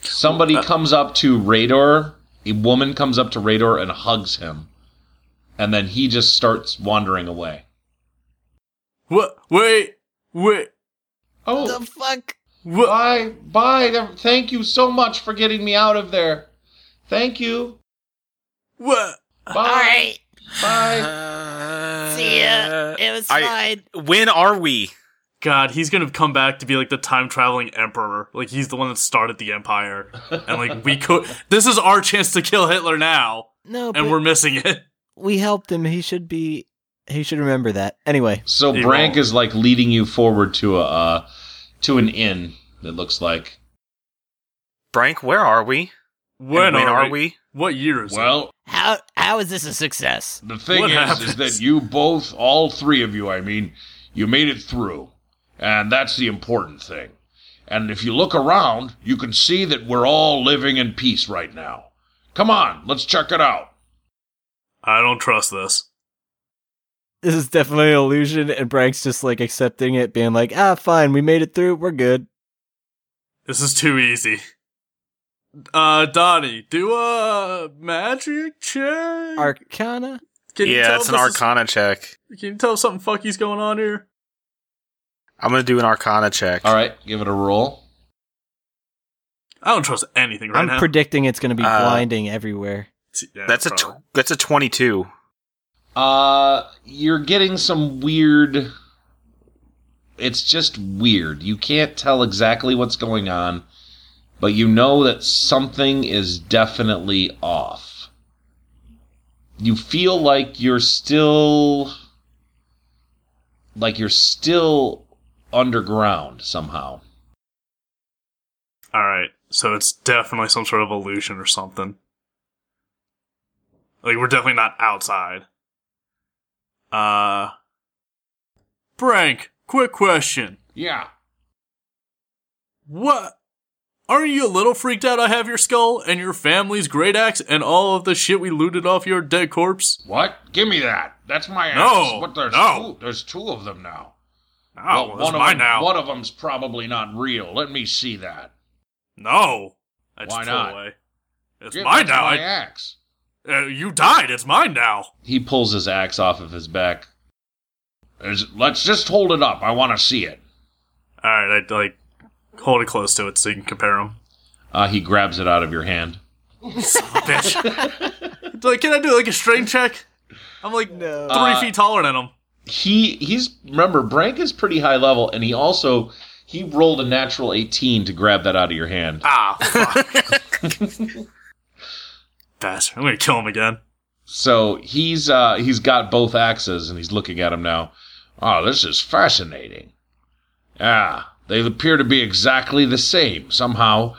A: Somebody comes up to Radar. A woman comes up to Radar and hugs him. And then he just starts wandering away.
B: What? Wait, wait,
A: Oh,
E: The fuck?
B: what?
A: bye. Bye. Thank you so much for getting me out of there. Thank you.
B: What?
C: Oh,
A: Bye.
E: All right.
A: Bye.
C: Uh,
E: See ya. It was
C: I-
E: fine.
C: When are we?
B: God, he's gonna come back to be like the time traveling emperor. Like he's the one that started the empire, and like we could. This is our chance to kill Hitler now,
D: No,
B: and
D: but
B: we're missing it.
D: we helped him. He should be he should remember that. Anyway,
A: So
B: He
A: Brank
B: won't.
A: is like leading you forward to a uh, to an inn. It looks like.
C: Brank, where are we? And
B: When,
C: are, we?
B: What year is it?
A: Well,
E: How how is this a success?
A: the thing
B: What
A: is, is
B: happens?
A: that you both, all three of you, I mean, you made it through, and that's the important thing. And if you look around, you can see that we're all living in peace right now. Come on, let's check it out.
B: I don't trust this.
D: this is definitely an illusion, and Brank's just like accepting it, being like, ah, fine, we made it through, we're good.
B: This is too easy. Uh, Donnie, do a magic check.
D: Arcana?
B: Can you
C: yeah,
B: tell
C: it's
B: if
C: an
B: this is-
C: Arcana check.
B: can you tell if something fucky's going on here?
C: I'm gonna do an Arcana check.
A: All right, give it a roll.
B: I don't trust anything right
D: I'm
B: now.
D: predicting it's going to be
C: Uh,
D: blinding everywhere.
B: Yeah,
C: that's a
B: probably.
C: tw- that's a 22.
A: Uh, you're getting some weird. It's just weird. You can't tell exactly what's going on, but you know that something is definitely off. You feel like you're still. Like you're still underground somehow.
B: All right, so it's definitely some sort of illusion or something. Like we're definitely not outside. Uh, Frank, quick question:
A: Yeah.
B: What? Aren't you a little freaked out? I have your skull and your family's great axe and all of the shit we looted off your dead corpse.
A: What? Give me that. That's my
B: No, axe. What, there's no.
A: two, there's two of them now.
B: Oh,
A: Well,
B: it's
A: one of
B: mine
A: them-
B: now.
A: One of them's probably not real. Let me see that.
B: No, I just
A: Why
B: pull
A: not?
B: away. It's
A: Give
B: mine
A: us
B: now.
A: my
B: I-
A: axe.
B: uh, you died. It's mine now.
A: He pulls his axe off of his back. There's- let's just hold it up. I want to see it.
B: All right, I like hold it close to it so you can compare them.
A: Uh, he grabs it out of your hand.
B: bitch. It's like, can I do like a strength check? I'm like three
A: Uh,
B: feet taller than him.
A: He he's remember Brank is pretty high level, and he also he rolled a natural eighteen to grab that out of your hand.
B: Ah, fuck. Bastard. I'm gonna kill him again.
A: So he's uh, he's got both axes, and he's looking at him now. Oh, this is fascinating. Ah, they appear to be exactly the same. Somehow,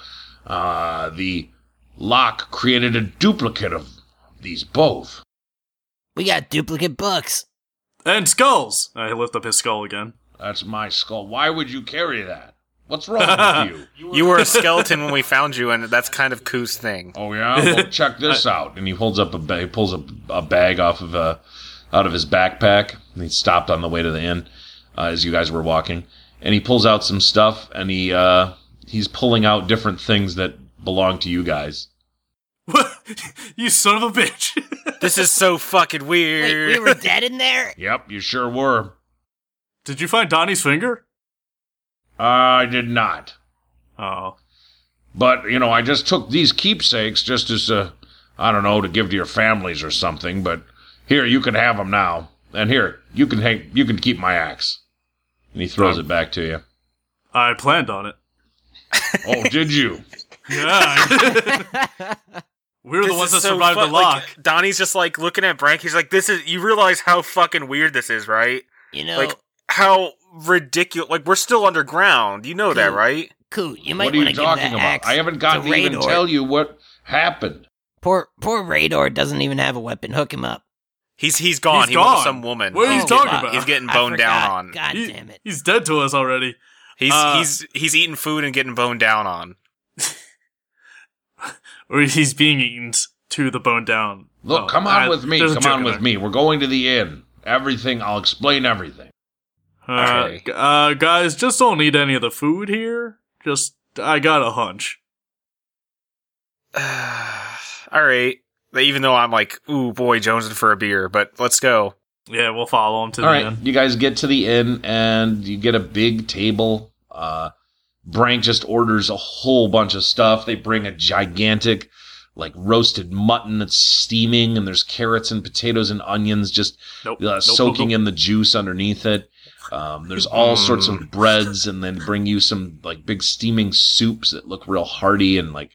A: uh, the lock created a duplicate of these both.
E: We got duplicate books.
B: And skulls. I lift up his skull again.
A: That's my skull. Why would you carry that? What's wrong with you?
C: You were a skeleton when we found you, and that's kind of Koo's thing.
A: Oh yeah, well check this out. And he holds up a ba- he pulls a, a bag off of a out of his backpack. And he stopped on the way to the inn uh, as you guys were walking, and he pulls out some stuff. And he uh, he's pulling out different things that belong to you guys.
B: you son of a bitch.
C: This is so fucking
E: Wait,
C: weird.
E: we were dead in there?
A: Yep, you sure were.
B: Did you find Donnie's finger?
A: I did not.
B: Oh.
A: But, you know, I just took these keepsakes just as a, I don't know, to give to your families or something. But here, you can have them now. And here, you can hang, you can keep my axe. And he throws it back to you.
B: I planned on it.
A: Oh, did you?
B: Yeah. we were the
C: This
B: ones that
C: is so
B: survived
C: fu-
B: the lock.
C: Like, Donnie's just like looking at Brank. He's like, "This is." You realize how fucking weird this is, right?
E: You know,
C: Like how ridiculous. Like we're still underground. You know that,
E: Dude.
C: right?
E: cool. You might
A: What are you
E: want to give
A: talking
E: that
A: about?
E: axe.
A: I haven't gotten
E: to
A: to even
E: Rador.
A: tell you what happened.
E: Poor, poor Rador doesn't even have a weapon. Hook him up.
C: He's he's gone.
B: He's
C: he went
B: gone.
C: with some woman.
B: What are you
C: He's
B: talking
C: getting-
B: about?
C: He's getting
E: Oh, I
C: boned down
E: forgot.
C: on.
E: God
B: He-
E: damn it.
B: He's dead to us already.
C: He's
B: Uh,
C: he's he's eating food and getting boned down on.
B: Or he's being eaten to the bone down.
A: Look,
B: Oh,
A: come on
B: I-
A: with me.
B: there's a
A: Come
B: joke
A: on
B: in
A: with
B: there.
A: me. We're going to the inn. Everything, I'll explain everything.
B: Uh,
C: Okay.
B: g- uh, guys, just don't eat any of the food here. Just, I got a hunch.
C: All right. Even though I'm like, ooh boy, jonesing for a beer, but let's go.
B: Yeah, we'll follow him to
A: All
B: the
A: right,
B: end.
A: you guys get to the inn and you get a big table. Uh, Brank just orders a whole bunch of stuff. They bring a gigantic, like roasted mutton that's steaming, and there's carrots and potatoes and onions just
B: Nope.
A: uh, soaking in the juice underneath it. Um, there's all
C: Mm.
A: sorts of breads, and then bring you some like big steaming soups that look real hearty and like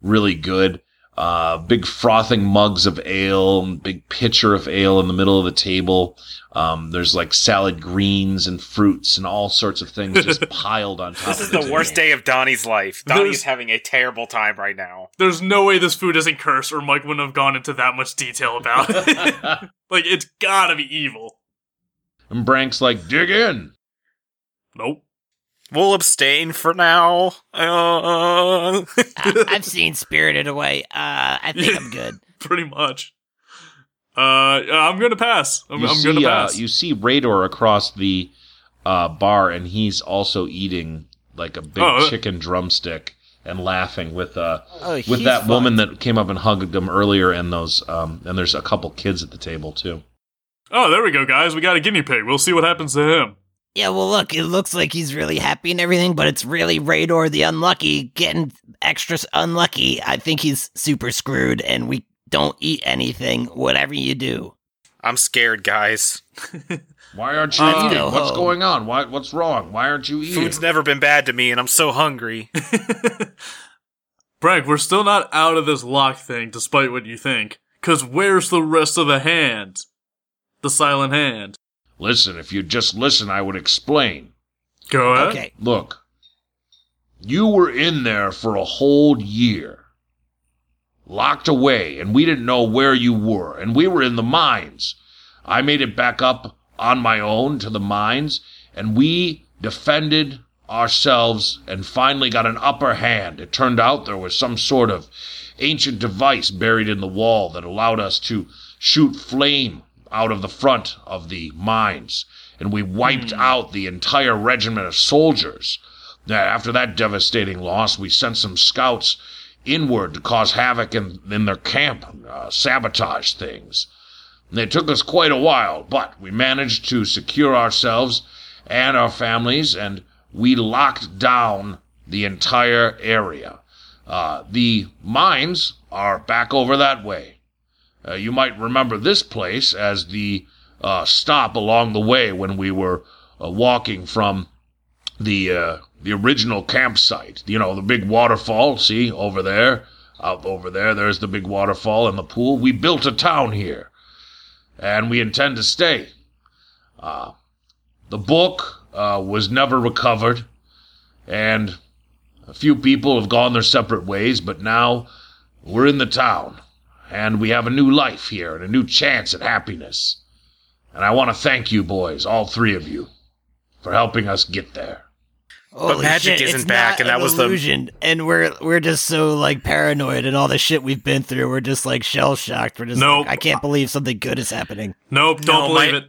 A: really good. Uh, big frothing mugs of ale, and big pitcher of ale in the middle of the table. Um, there's like salad greens and fruits and all sorts of things just piled on top.
C: This
A: of
C: is the
A: table.
C: worst day of Donnie's life. Donnie
B: There's-
C: is having a terrible time right now.
B: There's no way this food isn't cursed, or Mike wouldn't have gone into that much detail about it. like, it's gotta be evil.
A: and Brank's like, dig in.
B: Nope.
C: We'll abstain for now. Uh,
E: I, I've seen Spirited Away. Uh, I think I'm good.
B: Pretty much. Uh, I'm gonna pass. I'm,
A: You
B: I'm
A: see,
B: gonna
A: uh,
B: pass.
A: you see Rador across the uh, bar, and he's also eating like a big
B: Oh, uh-
A: chicken drumstick and laughing with uh
D: Oh,
A: with
D: he's
A: that
D: fucked.
A: woman that came up and hugged him earlier, and those um and there's a couple kids at the table too.
B: oh, there we go, guys. We got a guinea pig. We'll see what happens to him.
E: Yeah, well, look, it looks like he's really happy and everything, but it's really Rador the Unlucky getting extra s- unlucky. I think he's super screwed, and we don't eat anything, whatever you do.
C: I'm scared, guys.
A: Why aren't you
B: Uh,
A: eating?
E: no.
A: What's going on? Why? What's wrong? Why aren't you eating?
C: Food's never been bad to me, and I'm so hungry.
B: Frank, we're still not out of this lock thing, despite what you think. Cause where's the rest of the hand? The silent hand.
A: Listen, if you'd just listen, I would explain.
B: Go ahead.
E: Okay.
A: Look, you were in there for a whole year, locked away, and we didn't know where you were, and we were in the mines. I made it back up on my own to the mines, and we defended ourselves and finally got an upper hand. It turned out there was some sort of ancient device buried in the wall that allowed us to shoot flame out of the front of the mines, and we wiped out the entire regiment of soldiers. Now, after that devastating loss, we sent some scouts inward to cause havoc in, in their camp, uh, sabotage things. And It took us quite a while, but we managed to secure ourselves and our families, and we locked down the entire area. Uh, the mines are back over that way. Uh, you might remember this place as the uh, stop along the way when we were uh, walking from the uh, the original campsite. You know, the big waterfall. See over there, out over there. There's the big waterfall and the pool. We built a town here, and we intend to stay. Uh, the book uh, was never recovered, and a few people have gone their separate ways. But now we're in the town, and we have a new life here and a new chance at happiness. And I want to thank you boys, all three of you, for helping us get there.
E: Holy
C: magic
E: shit,
C: isn't
E: it's
C: back,
E: not
C: and
E: an
C: that was the-
E: illusion, and we're we're just so like paranoid and all the shit we've been through. We're just like shell shocked. We're just
B: Nope.
E: like, I can't believe something good is happening.
B: Nope. Don't
C: No,
B: believe
C: my-
B: it.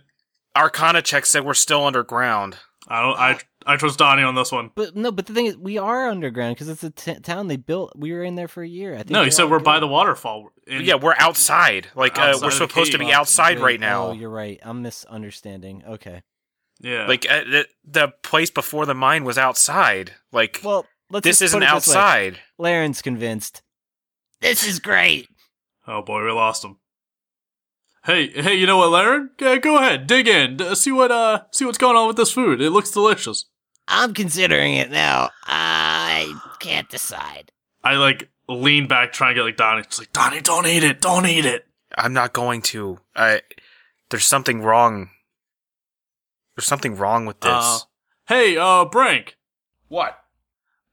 C: Arcana check said we're still underground.
B: I don't. I I trust Donnie on this one.
D: But no, but the thing is, we are underground because it's a t- town they built. We were in there for a year. I think
B: No,
D: they
B: he said
D: all
B: we're by
D: good.
B: the waterfall. And-
C: Yeah, we're outside. Like uh,
B: Outside
C: we're
B: of the
C: supposed to
B: cave.
C: be outside
D: Wait, Oh,
C: right now.
D: you're right. I'm misunderstanding. Okay.
B: yeah.
C: Like uh, the, the place before the mine was outside. Like
D: Well, let's.
C: this
D: just put
C: isn't
D: it this way.
C: outside.
D: Laren's convinced.
E: This is great.
B: oh boy, we lost him. Hey, hey, you know what, Laren? Yeah, go ahead, dig in, D- see what uh, see what's going on with this food. It looks delicious.
E: I'm considering it now. I can't decide.
B: I like lean back, try and get like Donnie. Just like Donnie, don't eat it, don't eat it.
C: I'm not going to. I there's something wrong. There's something wrong with this.
B: Uh, hey, uh, Brank.
A: What?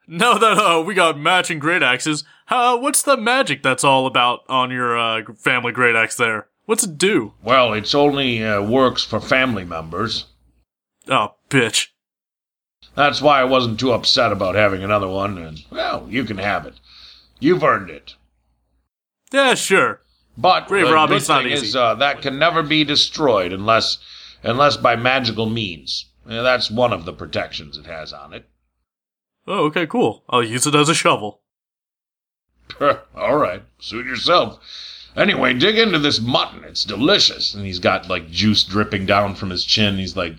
B: Now that uh, we got matching great axes, uh, what's the magic that's all about on your uh, g- family great axe there? What's it do?
A: Well, it's only uh, works for family members.
B: Oh, bitch.
A: That's why I wasn't too upset about having another one, and, well, you can have it. You've earned it.
B: Yeah, sure.
A: But
B: Great,
A: the
B: Rob,
A: good
B: it's not
A: thing
B: easy.
A: is uh, that can never be destroyed unless, unless by magical means. Uh, that's one of the protections it has on it.
B: Oh, okay, cool. I'll use it as a shovel.
A: All right, suit yourself. Anyway, dig into this mutton. It's delicious. And he's got like juice dripping down from his chin. He's like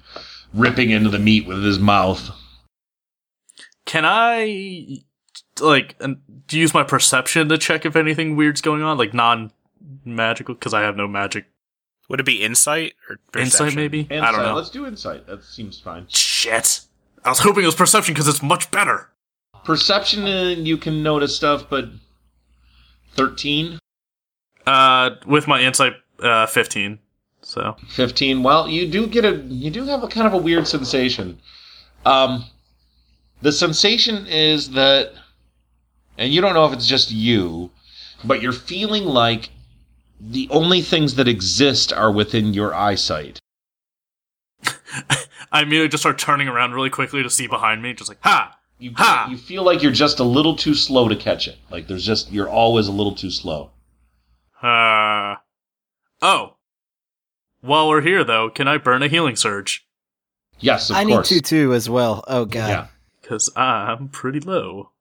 A: ripping into the meat with his mouth.
B: Can I like an- use my perception to check if anything weird's going on, like non-magical? Because I have no magic
C: Would it be insight or
B: insight,
C: perception?
B: maybe. I don't
A: Insight.
B: know.
A: Let's do insight. That seems fine.
B: Shit. I was hoping it was perception because it's much better.
A: Perception, uh, you can notice stuff, but thirteen.
B: Uh, with my insight, uh, fifteen. So
A: 15 well you do get a you do have a kind of a weird sensation um the sensation is that and you don't know if it's just you but you're feeling like the only things that exist are within your eyesight
B: I immediately just start turning around really quickly to see behind me, just like ha.
A: you,
B: Ha!
A: you feel like you're just a little too slow to catch it like there's just you're always a little too slow
B: Uh, oh, While we're here, though, can I burn a healing surge?
A: Yes, of
D: I
A: course.
D: need to too as well. Oh god.
A: Yeah.
B: Because uh, I'm pretty low.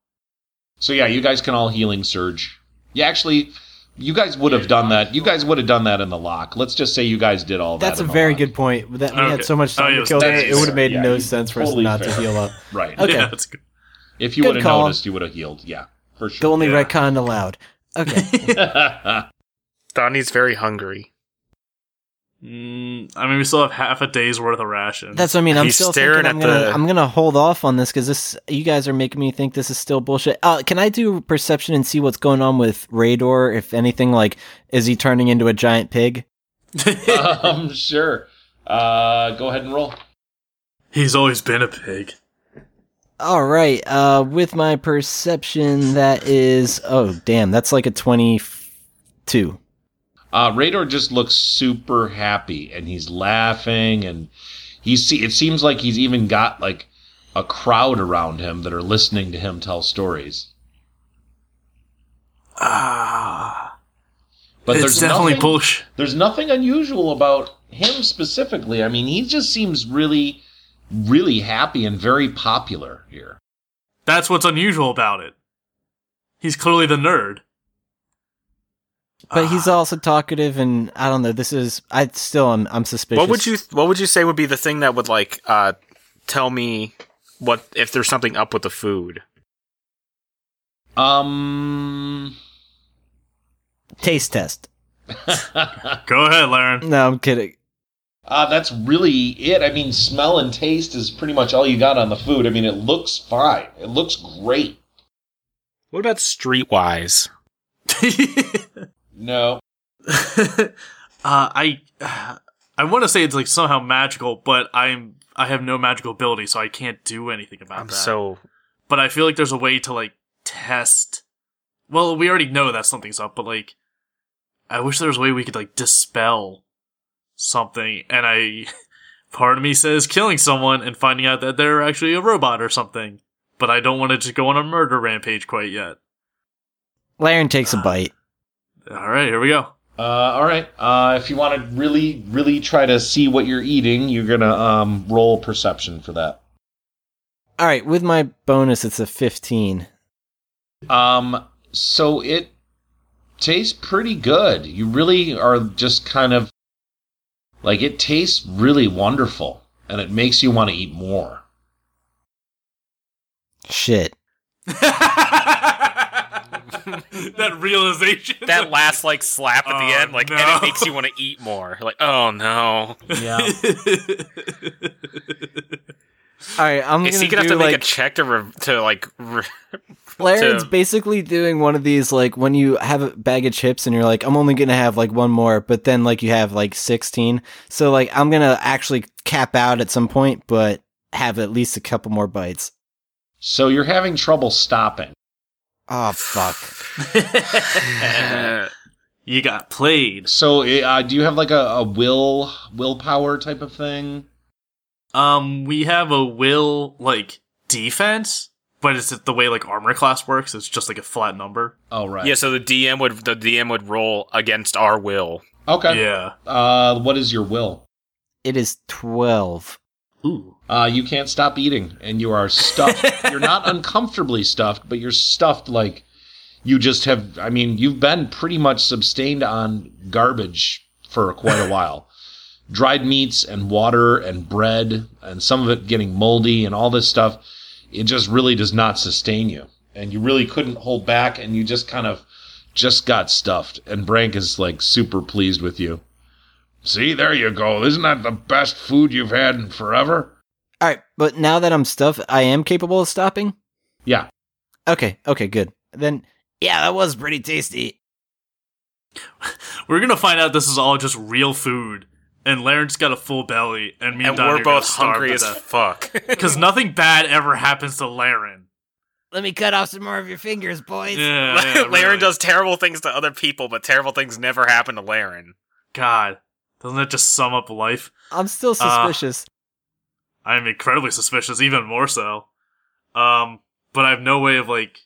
A: So yeah, you guys can all healing surge. Yeah, actually, you guys would have done that. You guys would have done that in the lock. Let's just say you guys did all that.
D: That's a
A: in the
D: very
A: lock.
D: good point. That we
B: Okay.
D: had so much
B: Oh,
D: time
B: yeah,
D: to kill
A: that's
D: that it would
A: fair.
D: have made
A: Yeah,
D: no
A: you-
D: sense for
A: totally
D: us not
A: fair.
D: to heal up.
A: Right.
D: Okay.
B: Yeah, that's good.
A: If you
D: Good
A: would have
D: call.
A: noticed, you would have healed. Yeah, for
D: The
A: sure.
D: only
B: Yeah.
D: retcon allowed. Okay.
C: Donnie's very hungry.
B: Mm, I mean, we still have half a day's worth of rations.
D: That's what I mean. I'm
C: He's
D: still
C: staring
D: thinking I'm
C: at
D: gonna
C: the-
D: I'm gonna hold off on this because this you guys are making me think this is still bullshit. Uh, can I do perception and see what's going on with Rador? If anything, like is he turning into a giant pig?
A: um, sure. Uh, go ahead and roll.
B: He's always been a pig.
D: All right. Uh, with my perception, that is oh damn, that's like a twenty-two.
A: Uh, Radar just looks super happy, and he's laughing, and he see. It seems like he's even got like a crowd around him that are listening to him tell stories.
B: Ah,
A: But
B: it's
A: there's
B: definitely
A: nothing,
B: bullshit.
A: there's nothing unusual about him specifically. I mean, he just seems really, really happy and very popular here.
B: That's what's unusual about it. He's clearly the nerd.
D: But
C: Ah.
D: he's also talkative, and I don't know. This is I still am I'm suspicious.
C: What would you What would you say would be the thing that would like uh, tell me what if there's something up with the food?
A: Um,
D: taste test?
B: Go ahead, Laren.
D: No, I'm kidding.
A: uh, that's really it. I mean, smell and taste is pretty much all you got on the food. I mean, it looks fine. It looks great.
C: What about streetwise?
A: No,
B: uh, I I want to say it's like somehow magical, but I'm I have no magical ability, so I can't do anything about
C: I'm
B: that.
C: so
B: but I feel like there's a way to like test. Well, we already know that something's up, but like, I wish there was a way we could like dispel something. And I, part of me says killing someone and finding out that they're actually a robot or something. But I don't want to just go on a murder rampage quite yet.
D: Laren takes
C: Ah.
D: a bite.
B: All right, here we go.
A: Uh, all right. Uh, if you want to really, really try to see what you're eating, you're gonna um, roll perception for that.
D: All right, with my bonus, it's a fifteen.
A: Um, so it tastes pretty good. You really are just kind of like it tastes really wonderful, and it makes you want to eat more.
D: Shit.
B: that realization.
C: that last like slap at the
B: Oh,
C: end, like,
B: no.
C: and it makes you want to eat more. Like, oh no,
A: Yeah.
D: All right, I'm
C: is
D: gonna
C: he gonna
D: do
C: have to
D: like
C: make a check to re- to like? Re-
D: Laren's
C: to-
D: basically doing one of these like when you have a bag of chips and you're like, I'm only gonna have like one more, but then like you have like sixteen. So like I'm gonna actually cap out at some point, but have at least a couple more bites.
A: so you're having trouble stopping.
D: Oh fuck.
B: you got played.
A: So uh, do you have like a, a will willpower type of thing?
B: Um, we have a will like defense, but it's the way like armor class works. It's just like a flat number.
A: Oh right.
C: yeah, so the DM would the DM would roll against our will.
A: Okay.
B: Yeah.
A: Uh, what is your will?
D: It is twelve.
B: Ooh.
A: Uh, you can't stop eating, and you are stuffed. you're not uncomfortably stuffed, but you're stuffed like you just have. I mean, you've been pretty much sustained on garbage for quite a while. Dried meats and water and bread, and some of it getting moldy and all this stuff. It just really does not sustain you, and you really couldn't hold back, and you just kind of just got stuffed. And Brank is like super pleased with you. See, there you go. Isn't that the best food you've had in forever?
D: All right, but now that I'm stuffed, I am capable of stopping.
A: Yeah.
D: Okay. Okay. Good. Then
E: Yeah, that was pretty tasty.
B: We're gonna find out this is all just real food, and Laren's got a full belly, and me and,
C: and we're both hungry as
B: f-
C: fuck.
B: because nothing bad ever happens to Laren.
E: Let me cut off some more of your fingers, boys.
B: Yeah, yeah
C: Laren
B: really.
C: does terrible things to other people, but terrible things never happen to Laren.
B: God, doesn't that just sum up life?
D: I'm still
B: Uh,
D: suspicious.
B: I am incredibly suspicious, even more so. Um, but I have no way of like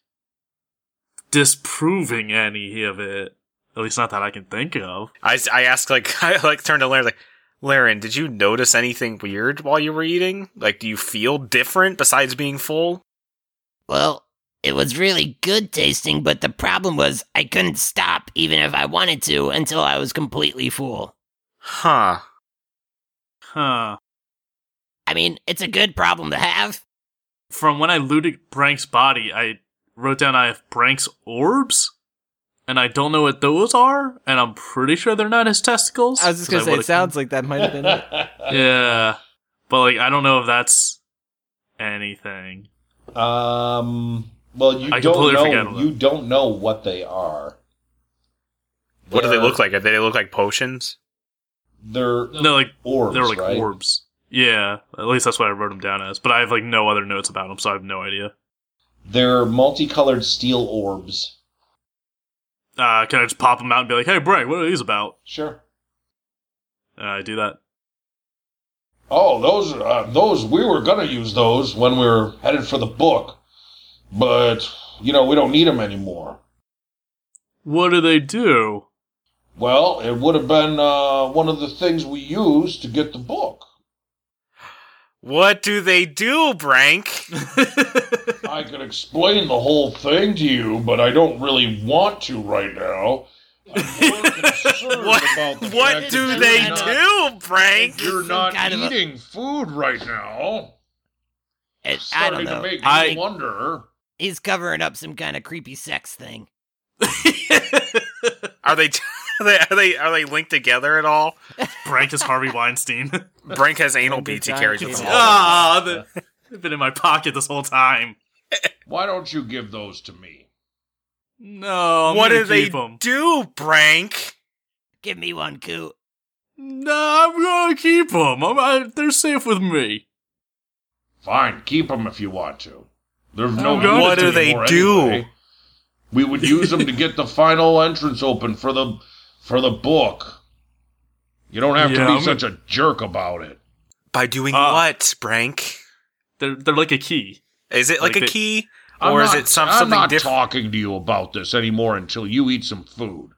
B: disproving any of it. At least not that I can think of.
C: I, s- I asked like I like turned to Laren like, Laren, did you notice anything weird while you were eating? Like, do you feel different besides being full?
E: Well, it was really good tasting, but the problem was I couldn't stop even if I wanted to until I was completely full.
C: Huh.
B: Huh.
E: I mean, it's a good problem to have.
B: From when I looted Brank's body, I wrote down I have Brank's orbs, and I don't know what those are, and I'm pretty sure they're not his testicles.
D: I was just gonna
B: 'cause
D: say it
B: would've-
D: sounds like that might have been it.
B: Yeah, but like I don't know if that's anything.
A: Um. Well, you
B: I
A: don't
B: completely forgot
A: know.
B: about
A: You don't know what they are.
C: What do they
A: They're-
B: Uh.
C: look like? Do they look like potions?
A: They're
B: No, like
A: orbs,
B: they're like
A: right?
B: orbs. Yeah, at least that's what I wrote them down as. But I have like no other notes about them, so I have no idea.
A: They're multicolored steel orbs.
B: Uh, can I just pop them out and be like, "Hey, Brank, what are these about?"
A: Sure.
B: Uh, I do that.
A: Oh, those uh, those we were gonna use those when we were headed for the book, but you know we don't need them anymore.
B: What do they do?
A: Well, it would have been uh, one of the things we used to get the book.
C: What do they do, Brank?
A: I could explain the whole thing to you, but I don't really want to right now. I'm more concerned
C: What,
A: about the
C: what
A: fact
C: do
A: that
C: they
A: you're not-
C: do, Brank?
A: You're
E: Some
A: not
E: kind of a-
A: eating food right now.
E: It, I don't
A: Starting to
E: know.
A: make me
B: I-
A: wonder.
E: He's covering up some kind of creepy sex thing.
C: Are they, are they are they are they linked together at all?
B: Brank is Harvey Weinstein.
C: Brank has anal
D: Like a
C: beads he
D: giant
C: carries with him.
D: penis.
B: Ah, the- they've been in my pocket this whole time.
A: Why don't you give those to me?
B: No, I'm
C: what
B: gonna
C: do they
B: keep 'em.
C: do, Brank?
E: Give me one, Coot.
B: No, I'm gonna keep them. I'm, I, they're safe with me.
A: Fine, keep them if you want to. There's
B: Oh,
A: no.
B: God.
A: use
B: What
A: to
C: do they
A: anymore
C: do?
A: anyway. We would use them to get the final entrance open for the for the book. You don't have
B: Yeah,
A: to be
B: I'm gonna-
A: such a jerk about it.
C: By doing
B: Uh,
C: what, Brank?
B: They're they're like a key.
C: Is it like,
B: like
C: a
B: they-
C: key,
A: I'm
C: or is
A: not-
C: it some,
A: I'm
C: something
A: not
C: different?
A: talking to you about this anymore until you eat some food.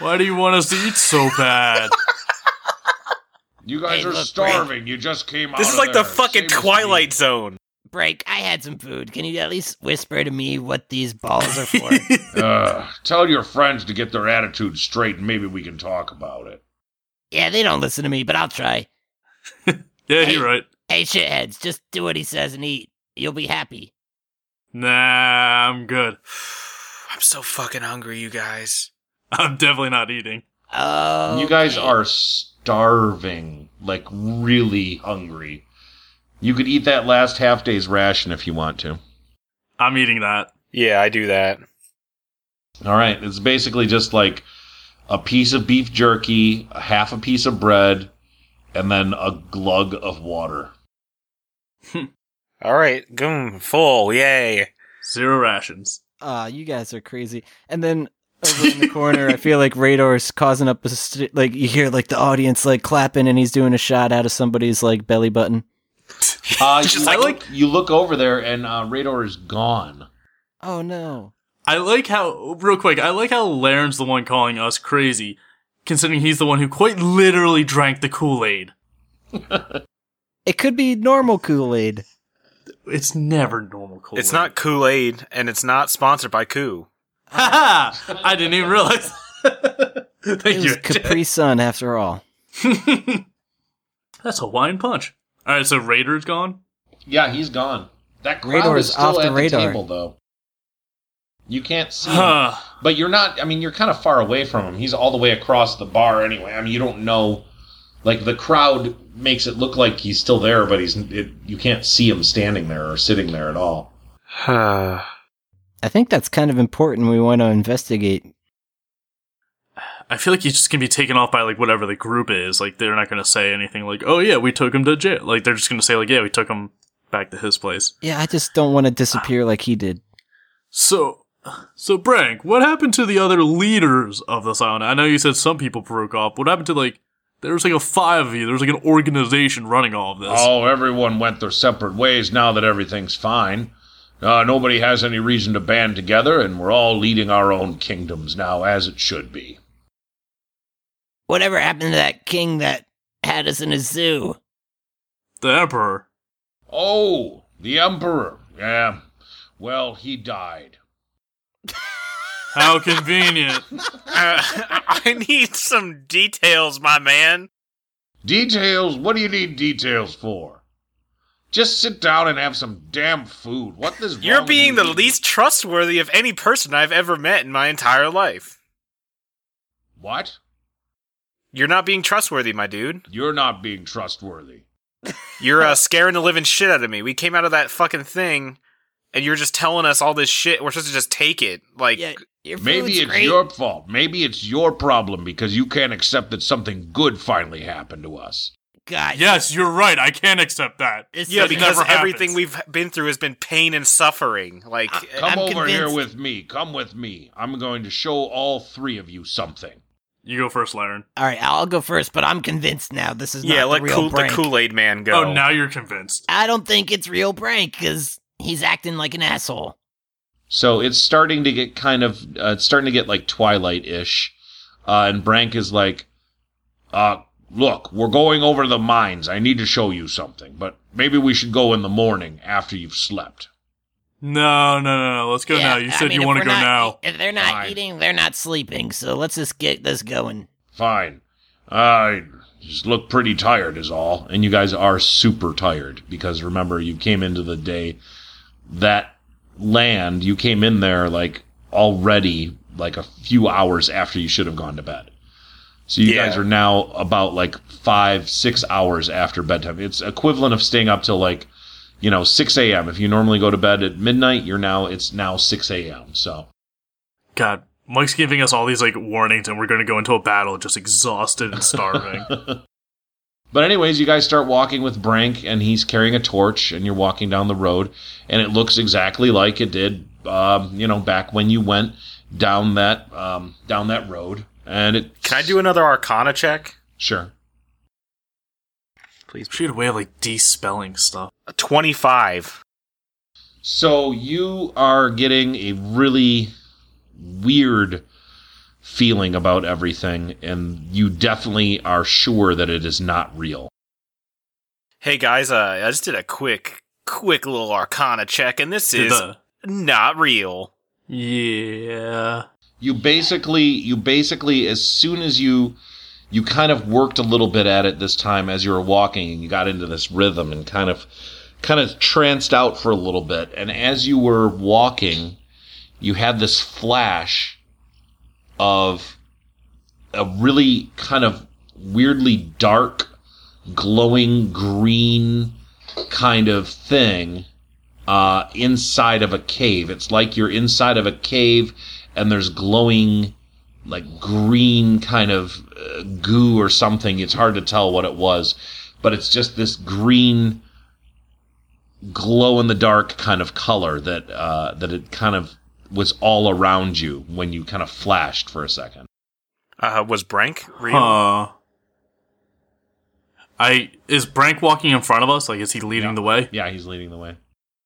B: Why do you want us to eat so bad?
A: You guys
E: Hey,
A: are
E: look,
A: starving. You just came out.
C: This is
A: of
C: like
A: there.
C: the fucking
A: Same as
C: Twilight Zone.
E: Break, I had some food. Can you at least whisper to me what these balls are for?
A: me. Ugh, tell your friends to get their attitudes straight, and maybe we can talk about it.
E: yeah, they don't listen to me, but I'll try.
B: yeah, you're right.
E: Hey, shitheads, just do what he says and eat. You'll be happy.
B: Nah, I'm good.
C: I'm so fucking hungry, you guys.
B: I'm definitely not eating.
E: Oh,
A: You guys are starving, like really hungry. You could eat that last half day's ration if you want to.
B: I'm eating that.
C: Yeah, I do that.
A: All right, it's basically just like a piece of beef jerky, a half a piece of bread, and then a glug of water.
C: All right, goom, full, yay.
B: Zero rations.
D: Ah, you guys are crazy. And then over in the corner, I feel like Radar's causing up a st- like you hear like the audience like clapping, and he's doing a shot out of somebody's like belly button.
A: Uh,
C: Just
A: you,
C: like-
A: look, you look over there, and uh, Radar is gone.
D: Oh no!
B: I like how real quick. I like how Laren's the one calling us crazy, considering he's the one who quite literally drank the Kool Aid.
D: It could be normal Kool Aid.
B: It's never normal Kool Aid.
C: It's not Kool Aid, and it's not sponsored by Koo.
B: Ha ha! I didn't even realize. Thank
D: It
B: you.
D: was Capri Sun after all.
B: That's a wine punch. All right, so Raider's gone.
A: Yeah, he's gone. That crowd
D: Radar
A: is
D: is
A: still
D: off the
A: at the
D: radar.
A: table, though. You can't see, him.
B: Huh.
A: but you're not. I mean, you're kind of far away from him. He's all the way across the bar, anyway. I mean, you don't know. Like the crowd makes it look like he's still there, but he's. It, you can't see him standing there or sitting there at all.
C: Uh,
D: I think that's kind of important. We want to investigate.
B: I feel like he's just gonna be taken off by like whatever the group is. Like they're not gonna say anything like, "Oh yeah, we took him to jail." Like they're just gonna say like, "Yeah, we took him back to his place."
D: Yeah, I just don't want to disappear like he did.
B: So, so Brank, what happened to the other leaders of the sauna? I know you said some people broke off. What happened to like? There was like a five of you. There was like an organization running all of this.
A: Oh, everyone went their separate ways now that everything's fine. Uh, nobody has any reason to band together, and we're all leading our own kingdoms now, as it should be.
E: Whatever happened to that king that had us in a zoo.
B: The Emperor.
A: Oh, the Emperor. Yeah. Well, he died.
B: How convenient.
C: Uh, I need some details, my man.
A: Details? What do you need details for? Just sit down and have some damn food. What this?
C: You're being the least trustworthy of any person I've ever met in my entire life.
A: What?
C: You're not being trustworthy, my dude.
A: You're not being trustworthy.
C: You're uh, scaring the living shit out of me. We came out of that fucking thing, and you're just telling us all this shit. We're supposed to just take it. Like,
E: Yeah, your
A: Maybe
E: food's
A: it's
E: great.
A: your fault. Maybe it's your problem because you can't accept that something good finally happened to us.
E: God.
B: Yes, you're right. I can't accept that.
E: It's
C: yeah,
E: That
C: because
B: never
C: everything
B: happens.
C: we've been through has been pain and suffering. Like,
E: Uh,
A: Come
E: I'm
A: over here
E: convinced-
A: with me. Come with me. I'm going to show all three of you something.
B: You go first, Laren.
E: All right, I'll go first, but I'm convinced now this is
C: yeah,
E: not
C: let
E: the real
C: cool, the
E: prank.
C: Kool Aid man go.
B: Oh, now you're convinced.
E: I don't think it's real prank because he's acting like an asshole.
A: So it's starting to get kind of uh, it's starting to get like twilight ish, uh, and Brank is like, uh, "Look, we're going over the mines. I need to show you something, but maybe we should go in the morning after you've slept."
B: No, no, no, no. Let's go
E: Yeah,
B: now. You
E: I
B: said
E: mean,
B: you
E: if
B: want to
E: we're
B: go
E: not- e-
B: now.
E: If they're not
A: Fine.
E: eating, they're not sleeping. So let's just get this going.
A: Fine. I just look pretty tired, is all. And you guys are super tired because remember, you came into the day that land. You came in there like already like a few hours after you should have gone to bed. So you
C: Yeah.
A: guys are now about like five, six hours after bedtime. It's equivalent of staying up till like you know six a.m. If you normally go to bed at midnight, you're now it's now six a.m. So
B: God, Mike's giving us all these like warnings, and we're going to go into a battle just exhausted and starving.
A: But anyways, you guys start walking with Brank, and he's carrying a torch, and you're walking down the road, and it looks exactly like it did, um, you know, back when you went down that um, down that road. And it
C: Can I do another Arcana check?
A: sure
C: Please.
B: she had a way of like despelling stuff.
C: 25.
A: So you are getting a really weird feeling about everything, and you definitely are sure that it is not real.
C: Hey guys, uh, I just did a quick, quick little Arcana check, and this
B: Did
C: is
B: the-
C: not real.
B: yeah.
A: you basically you basically as soon as you you kind of worked a little bit at it this time as you were walking and you got into this rhythm and kind of kind of tranced out for a little bit and as you were walking you had this flash of a really kind of weirdly dark glowing green kind of thing uh, inside of a cave. It's like you're inside of a cave and there's glowing, like green kind of uh, goo or something. It's hard to tell what it was, but it's just this green glow in the dark kind of color that uh, that it kind of was all around you when you kind of flashed for a second.
C: Uh, was Brank real?
B: Huh. I is Brank walking in front of us? Like, is he leading the way?
A: Yeah, he's leading the way.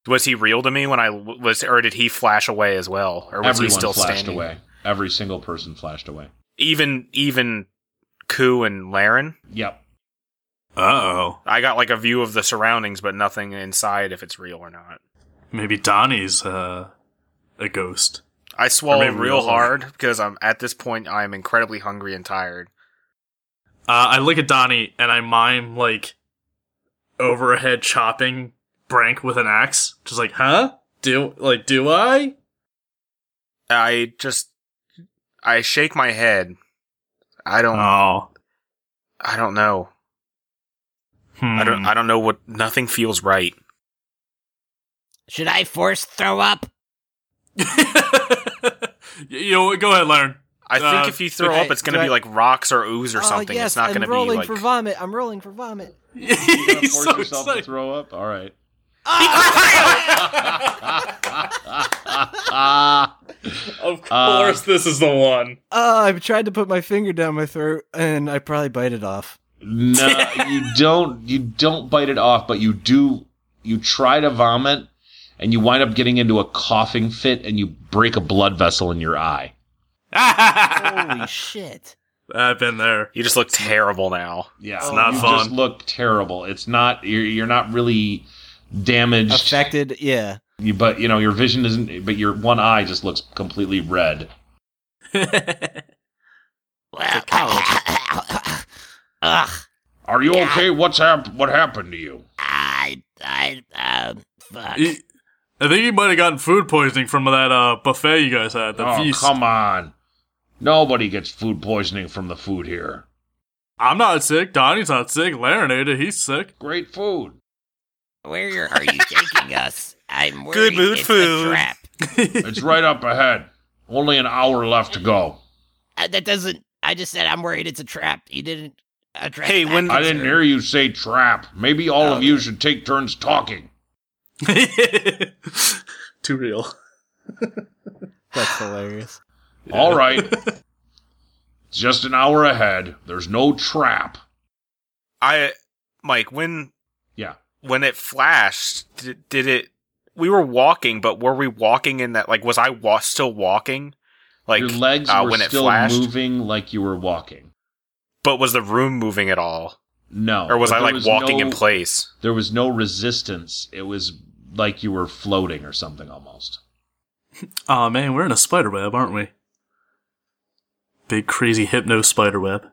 C: Was he real to me when I w- was, or did he flash away as well, or was
A: Everyone
C: he still
A: flashed
C: standing?
A: away. Every single person flashed away.
C: Even, even Ku and Laren.
A: Yep.
B: Uh oh.
C: I got like a view of the surroundings, but nothing inside if it's real or not.
B: Maybe Donnie's uh, a ghost.
C: I swallowed
B: maybe we
C: real
B: all-
C: hard because I'm at this point I'm incredibly hungry and tired.
B: Uh, I look at Donnie and I mime like overhead chopping Brank with an axe. Just like, huh? Do like do I?
C: I just I shake my head. I don't
D: Uh,
B: Oh.
C: I don't know. I
D: mm.
C: don't
B: Hmm.
C: I don't know what nothing feels right.
E: Should I force throw up?
B: Hmm. you know, what? go ahead, Laren.
C: I think
B: Uh,
C: if you throw
D: okay,
C: up it's going to
D: do
C: be
D: I- Oh,
C: like rocks or ooze or something.
D: Ah, yes,
C: it's not
D: I'm
C: going to be
D: rolling
C: like
D: for vomit. I'm rolling for vomit.
A: You gonna
B: He's
A: force
B: so
A: yourself to
B: excited.
A: throw up. All right.
B: Of
A: Uh,
B: course, this is the one.
D: Oh, I tried to put my finger down my throat and I probably bite it off.
A: no, you don't. You don't bite it off, but you do. You try to vomit, and you wind up getting into a coughing fit, and you break a blood vessel in your eye.
E: Holy Oh, shit.
B: I've been there.
C: You just look terrible now.
A: Yeah,
B: It's not
A: you
B: fun.
A: just look terrible. It's not you're, you're not really damaged,
D: Affected, yeah.
A: you, but you know your vision isn't. But your one eye just looks completely red.
E: Well, ugh,
A: Are you okay? What's hap- What happened to you?
E: I, I, um, fuck.
B: He- I think you might have gotten food poisoning from that uh, buffet you guys had. The
A: oh
B: feast.
A: come on! Nobody gets food poisoning from the food here.
B: I'm not sick. Donnie's not sick. Larinated, he's sick.
A: Great food.
E: Where are you taking us? I'm worried
C: Good mood
E: it's
C: food.
E: a trap.
A: It's right up ahead. Only an hour left to go.
E: Uh, that doesn't. I just said I'm worried it's a trap. You didn't address.
C: Hey,
E: that
C: when-
A: I didn't
E: concern.
A: hear you say trap. Maybe all of you should take turns talking.
B: Too real.
D: That's hilarious.
A: All right. It's just an hour ahead. There's no trap.
C: I, Mike, when
A: Yeah.
C: when it flashed, did, did it? We were walking, but were we walking in that? Like, was I wa- still walking? Like
A: Your legs
C: uh,
A: were
C: when it
A: still
C: flashed,
A: moving like you were walking.
C: but was the room moving at all,
A: No.
C: or was
A: but
C: I
A: there
C: like walking
A: no-
C: in place?
A: There was no resistance. It was like you were floating or something almost.
B: Aw, man, we're in a spider web, aren't we? Big crazy hypno spider web.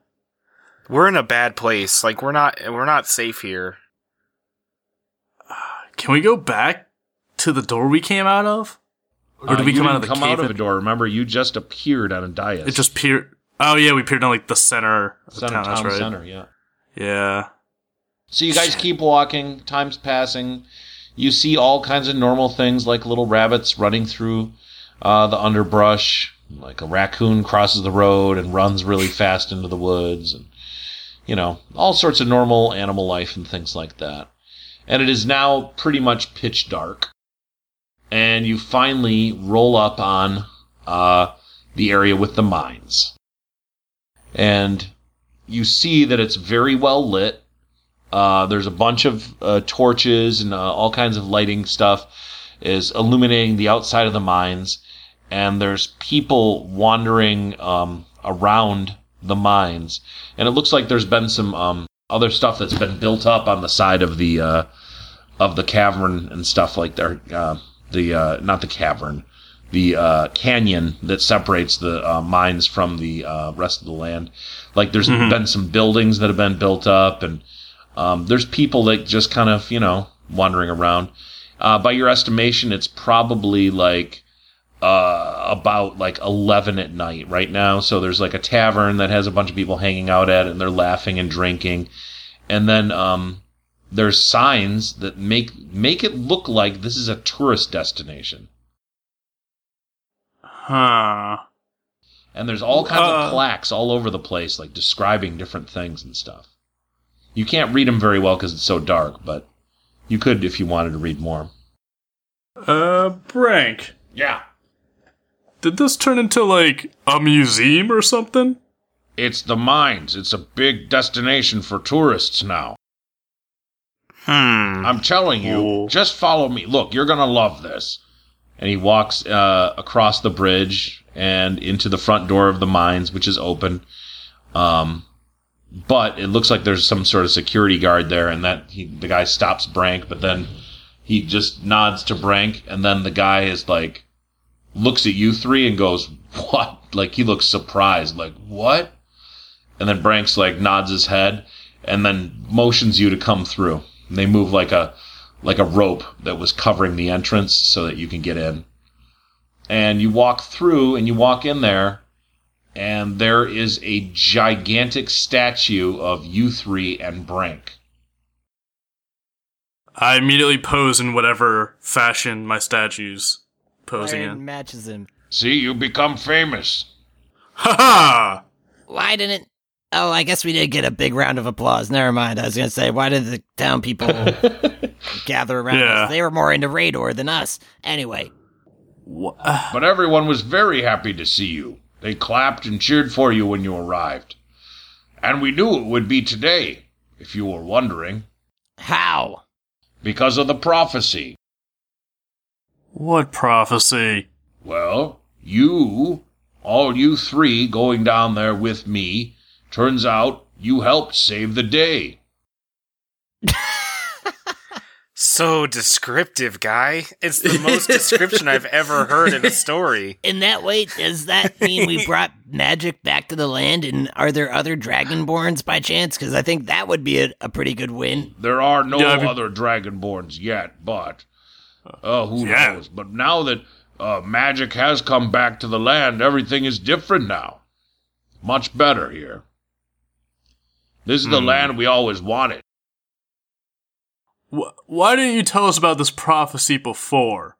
C: We're in a bad place. Like we're not we're not safe here.
B: Can we go back to the door we came out of? Or did
A: Uh,
B: we
A: you
B: come out of
A: didn't
B: the
A: come out
B: cave?
A: of
B: at-
A: a door? Remember, you just appeared on a dais.
B: It just peered. Oh yeah, we peered on like the center of
A: center
B: town. That's
A: town
B: right.
A: center. Yeah.
B: Yeah.
A: So you guys keep walking, time's passing. You see all kinds of normal things like little rabbits running through uh, the underbrush, like a raccoon crosses the road and runs really fast into the woods, and you know, all sorts of normal animal life and things like that. And it is now pretty much pitch dark. And you finally roll up on uh, the area with the mines. And you see that it's very well lit. Uh, there's a bunch of uh, torches and uh, all kinds of lighting stuff is illuminating the outside of the mines, and there's people wandering um, around the mines, and it looks like there's been some um, other stuff that's been built up on the side of the uh, of the cavern and stuff like there. Uh, the uh, not the cavern, the uh, canyon that separates the uh, mines from the uh, rest of the land. Like there's been some buildings that have been built up and. Um, there's people that just kind of, you know, wandering around. Uh, by your estimation, it's probably like uh, about like 11 at night right now. So there's like a tavern that has a bunch of people hanging out at it and they're laughing and drinking. And then um, there's signs that make make it look like this is a tourist destination.
B: Huh.
A: And there's all kinds
B: Uh.
A: of plaques all over the place, like describing different things and stuff. You can't read them very well because it's so dark, but you could if you wanted to read more.
B: Uh, Brank.
A: Yeah.
B: Did this turn into like a museum or something?
A: It's the mines. It's a big destination for tourists now.
C: Hmm.
A: I'm telling you,
B: Ooh.
A: just follow me. Look, you're going to love this. And he walks uh, across the bridge and into the front door of the mines, which is open. Um, but it looks like there's some sort of security guard there, and that he, the guy stops Brank, but then he just nods to Brank, and then the guy is like, looks at you three and goes, What? Like, he looks surprised, like, What? And then Branks like nods his head and then motions you to come through. And they move like a like a rope that was covering the entrance so that you can get in. And you walk through and you walk in there and there is a gigantic statue of you three and Brank.
B: I immediately pose in whatever fashion my statue's posing
D: Iron
B: in.
D: matches him.
A: See, you become famous.
B: Ha ha!
E: Why didn't? Oh, I guess we did get a big round of applause. Never mind. I was gonna say, why did the town people gather around
B: Yeah.
E: us? They were more into Rador than us. Anyway,
B: Wha-
A: But everyone was very happy to see you. They clapped and cheered for you when you arrived. And we knew it would be today, if you were wondering.
E: how?
A: because of the prophecy.
B: What prophecy?
A: Well, you, all you three going down there with me, Turns out you helped save the day.
C: So descriptive, guy. It's the most description I've ever heard in a story.
E: In that way, does that mean we brought magic back to the land? And are there other dragonborns by chance? Because I think that would be a, a pretty good win.
A: There are no
B: Yeah, I mean-
A: other dragonborns yet, but uh, who
B: Yeah.
A: knows? But now that uh, magic has come back to the land, everything is different now. Much better here. This
B: Hmm.
A: is the land we always wanted.
B: Wh- why didn't you tell us about this prophecy before?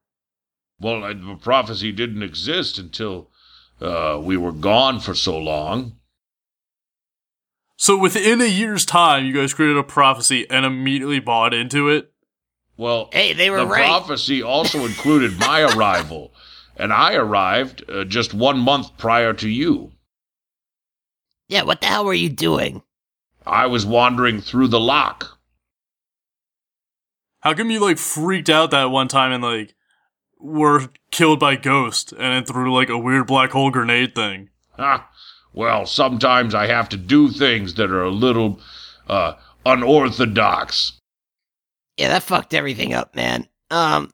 A: Well, uh, the prophecy didn't exist until uh, we were gone for so long.
B: So within a year's time, you guys created a prophecy and immediately bought into it.
A: Well,
E: Hey, they were
A: the
E: right.
A: prophecy also included my arrival, and I arrived uh, just one month prior to you.
E: yeah, what the hell were you doing?
A: I was wandering through the lock.
B: How come you like freaked out that one time and like were killed by ghost and then threw like a weird black hole grenade thing?
A: Ha! Ah, Well, sometimes I have to do things that are a little uh, unorthodox.
E: Yeah, that fucked everything up, man. Um,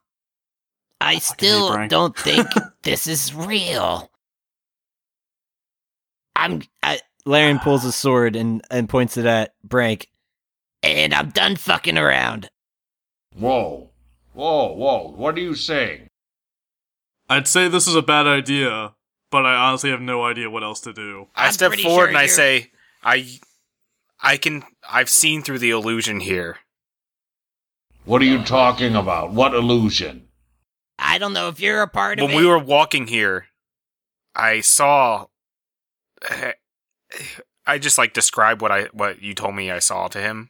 E: I still
B: Brian.
E: don't think this is real. I'm I,
D: Larian pulls his sword and, and points it at Brank.
E: and I'm done fucking around.
A: Whoa. Whoa, whoa. What are you saying?
B: I'd say this is a bad idea, but I honestly have no idea what else to do.
C: I
E: I'm
C: step
E: pretty
C: forward
E: sure
C: and I
E: you're-
C: say, "I, I can. I've seen through the illusion here.
A: What are you talking about? What illusion?
E: I don't know if you're a part of
C: When
E: it.
C: we were walking here, I saw. I just like describe what I what you told me I saw to him.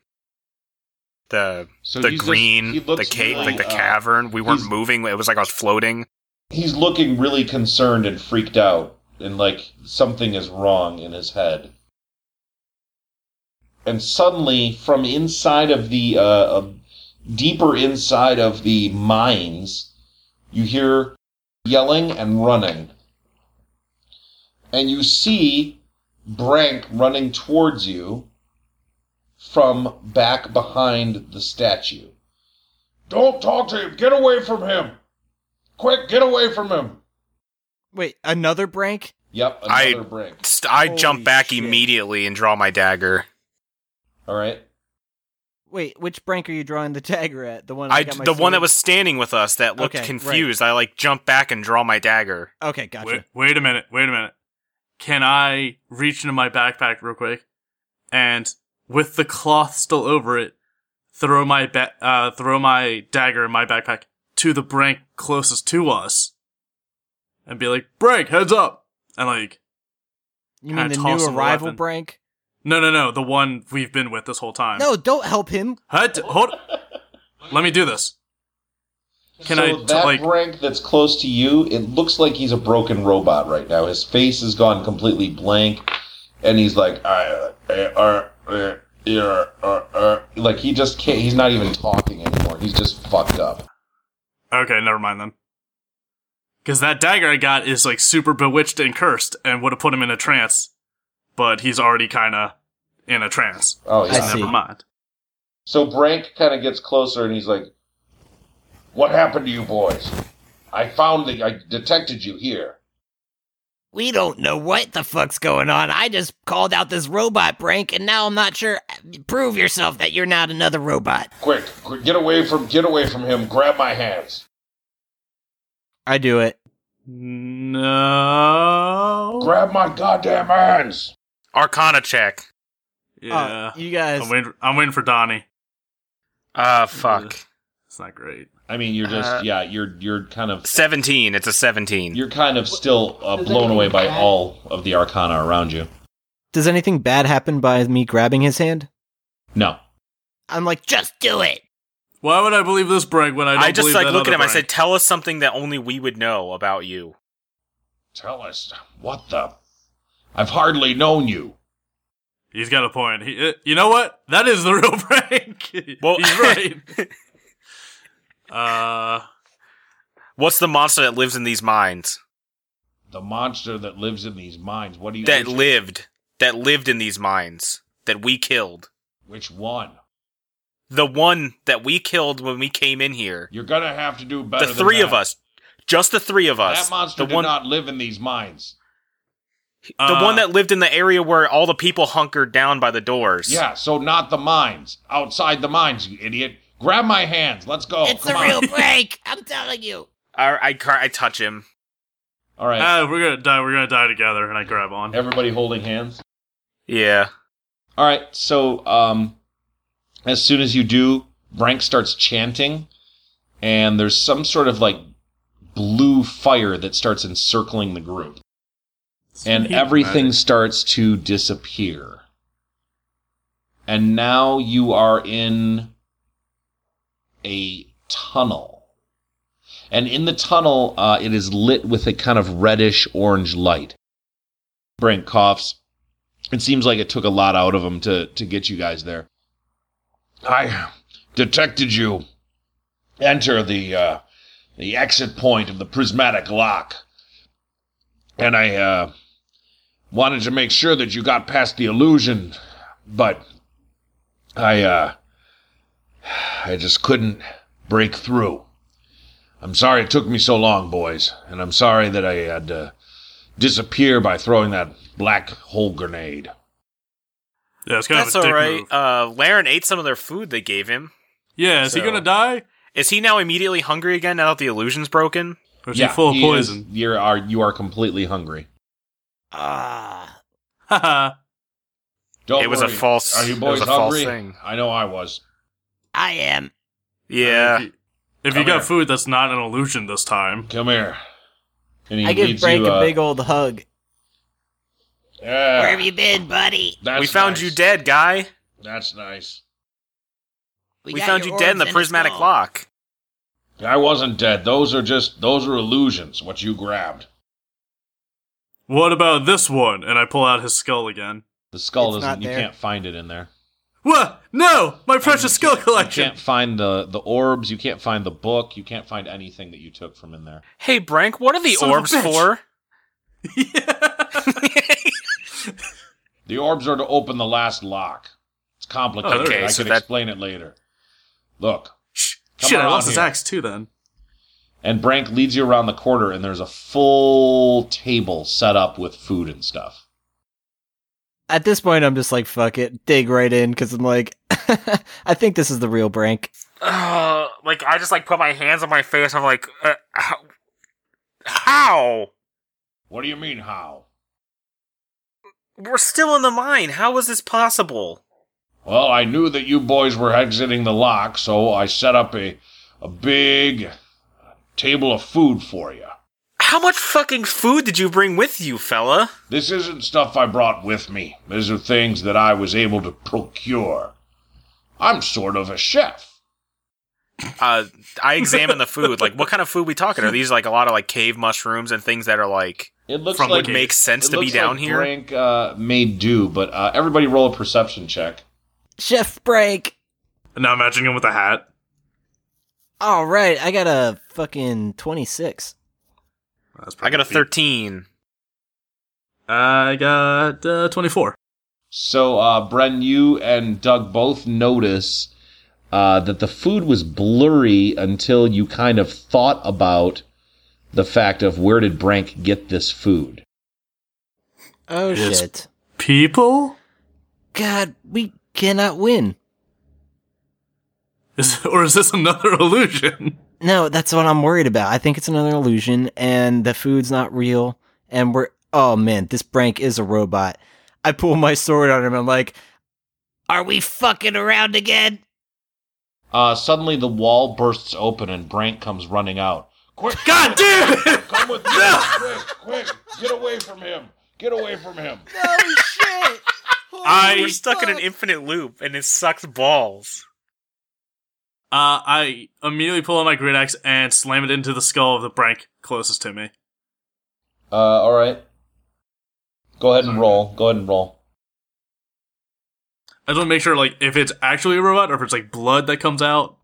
C: The
A: So
C: the
A: he's just-
C: green,
A: he
C: the
A: looks
C: cave,
A: really,
C: like the
A: uh,
C: cavern. We weren't
A: he's-
C: moving. It was like I was floating.
A: He's looking really concerned and freaked out, and like something is wrong in his head. And suddenly, from inside of the, uh, uh, deeper inside of the mines, you hear yelling and running. And you see Brank running towards you from back behind the statue. Don't talk to him! Get away from him! Quick, get away from him.
D: Wait, another Brank?
A: Yep,
C: I-
A: another break.
C: St- I
D: Holy
C: jump back
D: shit.
C: immediately and draw my dagger.
A: All right.
D: Wait, which Brank are you drawing the dagger at? The one
C: I,
D: got
C: the
D: my
C: one that
D: sword?
C: was standing with us that looked
D: Okay, right.
C: confused. I like jump back and draw my dagger.
D: Okay, gotcha.
B: Wait, wait a minute, wait a minute. Can I reach into my backpack real quick and with the cloth still over it, throw my ba- uh, throw my dagger in my backpack to the brank closest to us and be like, "Brank, heads up." And like,
D: You
B: kinda
D: mean the
B: toss
D: new
B: him a
D: arrival
B: weapon.
D: Brank?
B: "No, no, no, the one we've been with this whole time."
D: No, don't help him.
B: Head- hold Let me do this. Can
A: so
B: I t-
A: that
B: like-
A: rank that's close to you, it looks like he's a broken robot right now. His face has gone completely blank, and he's like, I, uh, uh, uh, uh, uh, uh," like he just can't. He's not even talking anymore. He's just fucked up.
B: Okay, never mind then. Because that dagger I got is like super bewitched and cursed and would have put him in a trance, but he's already kind of in a trance.
A: Oh yeah.
D: I
B: So
D: see.
B: Never mind.
A: So Brank kind of gets closer and he's like, "What happened to you boys? I found that I detected you here."
E: we don't know what the fuck's going on. I just called out this robot prank, and now I'm not sure. Prove yourself that you're not another robot.
A: Quick, quick, get away from get away from him. Grab my hands.
D: I do it.
B: No.
A: Grab my goddamn hands.
C: Arcana check.
B: Yeah.
D: Uh, you guys.
B: I'm waiting. I'm waiting for Donnie.
C: Ah, fuck.
B: It's not great.
A: I mean, you're just
C: Uh,
A: yeah, you're you're kind of
C: Seventeen. It's a seventeen.
A: you're kind of still uh, blown away by all of the arcana around you.
D: Does anything bad happen by me grabbing his hand?
A: No,
D: I'm like,
E: Just do it.
B: Why would I believe this brag when I don't
C: I just
B: believe
C: like
B: that
C: look at
B: other
C: him. I
B: brag?
C: said, "Tell us something that only we would know about you."
A: tell us what the. I've hardly known you.
B: He's got a point. He, uh, you know what? That is the real prank.
C: Well-
B: he's right. uh,
C: What's the monster that lives in these mines?
A: The monster that lives in these mines. What do you
C: That
A: what you-
C: lived. that lived in these mines that we killed.
A: Which one?
C: The one that we killed when we came in here.
A: You're gonna have to do better.
C: The
A: than
C: three of
A: that.
C: us. Just the three of us.
A: That monster
C: the
A: did
C: one,
A: not uh, live in these mines.
C: the one
B: uh,
C: that lived in the area where all the people hunkered down by the doors.
A: Yeah, so not the mines. Outside the mines, you idiot. Grab my hands. Let's
C: Oh,
A: go.
E: it's
A: Come
E: a
A: on.
E: real break. I'm telling you.
C: I, I, cr- I touch him.
A: All right.
C: Uh,
B: Ah, we're gonna die. We're gonna die together, and I grab on.
A: Everybody holding hands.
C: Yeah.
A: All right. So, um, as soon as you do, Brank starts chanting, and there's some sort of like blue fire that starts encircling the group, and everything starts to disappear. And now you are in a tunnel. And in the tunnel, uh, it is lit with a kind of reddish orange light. Brank coughs it seems like it took a lot out of him to to get you guys there. I detected you enter the uh, the exit point of the prismatic lock, and I uh, wanted to make sure that you got past the illusion, but I uh, I just couldn't break through. I'm sorry it took me so long, boys, and I'm sorry that I had to disappear by throwing that black hole grenade.
B: Yeah, it's kind
C: That's
B: of a dick
C: alright.
B: move.
C: Uh, Laren ate some of their food they gave him.
B: yeah, is
C: so-
B: he gonna die?
C: Is he now immediately hungry again now that the illusion's broken?
B: Or is he full of
A: he
B: poison?
A: is- you are you are completely hungry.
E: Ah.
B: Haha.
A: Don't
C: It was a
A: worry.
C: false-
A: Are you
C: it
A: boys
C: was a false
A: hungry?
C: thing.
A: I know I was.
E: I am.
C: Yeah.
B: if you, if
A: Come
B: you
A: here.
B: got food, that's not an illusion this time.
A: Come here. And he
D: I give
A: leads
D: Frank
A: you, uh,
D: a big old hug.
A: Yeah,
E: Where have
C: Uh,
E: you been, buddy?
A: that's
C: we found
A: nice.
C: you dead, guy.
A: That's nice.
C: We,
E: got
C: found
E: your
C: you dead in
E: orbs
C: the
E: a
C: prismatic
E: skull.
C: lock.
A: I wasn't dead. Those are just those are illusions. What you grabbed.
B: What about this one? And I pull out his skull again.
A: The skull
D: It's
A: isn't.
D: not
A: You
D: there.
A: can't find it in there.
B: What? No, my precious skull
A: You
B: collection.
A: can't find the the orbs. You can't find the book. You can't find anything that you took from in there.
C: Hey, Brank, what are the
B: Son of a
C: orbs
B: bitch.
C: for?
A: The orbs are to open the last lock. It's complicated.
B: Oh,
C: okay,
A: I
C: so
A: can
C: that-
A: explain it later. Look,
B: Shh.
A: Come
B: Shit, I
A: around
B: lost his
A: here.
B: axe too. Then.
A: and Brank leads you around the corner, and there's a full table set up with food and stuff.
D: At this point, I'm just like, fuck it, dig right in because I'm like, I think this is the real Brank.
C: uh, like I just like put my hands on my face. I'm like, uh, how? how?
A: What do you mean, how?
C: We're still in the mine. How is this possible?
A: Well, I knew that you boys were exiting the lock, so I set up a a big uh, table of food for you.
C: How much fucking food did you bring with you, fella?
A: This isn't stuff I brought with me. These are things that I was able to procure. I'm sort of a chef.
C: Uh, I examine the food. Like, what kind of food we talking? Are these like a lot of like cave mushrooms and things that are like
A: It looks
B: From
A: like
B: the
C: makes sense
A: it
C: to be
A: looks
C: down
A: like
C: here?
A: Brank uh, may do, but uh, everybody roll a perception check.
D: Chef Brank.
B: And now matching him with a hat.
D: All right, I got a fucking 26.
B: That's
C: I got
B: pretty
C: a
B: good.
C: thirteen.
B: I got uh, twenty-four.
A: So, uh, Bren, you and Doug both notice uh, that the food was blurry until you kind of thought about the fact of where did Brank get this food.
D: Oh
B: Yes.
D: shit.
B: People.
D: God, we cannot win.
B: Is, or is this another illusion?
D: No, that's what I'm worried about. I think it's another illusion and the food's not real and we're Oh man, this Brank is a robot. I pull my sword on him. I'm like,
E: Are we fucking around again?
A: Uh, suddenly, the wall bursts open and Brank comes running out. Quick!
B: God damn it!
A: Come with me! quick! Quick! Get away from him! Get away from him!
D: "Oh shit!"
B: I-
C: We're Oh, stuck in an infinite loop, and it sucks balls.
B: Uh, I immediately pull out my great axe and slam it into the skull of the brank closest to me.
A: Uh, all right. Go ahead and roll. Go ahead and roll.
B: I just want to make sure, like, if it's actually a robot or if it's like blood that comes out.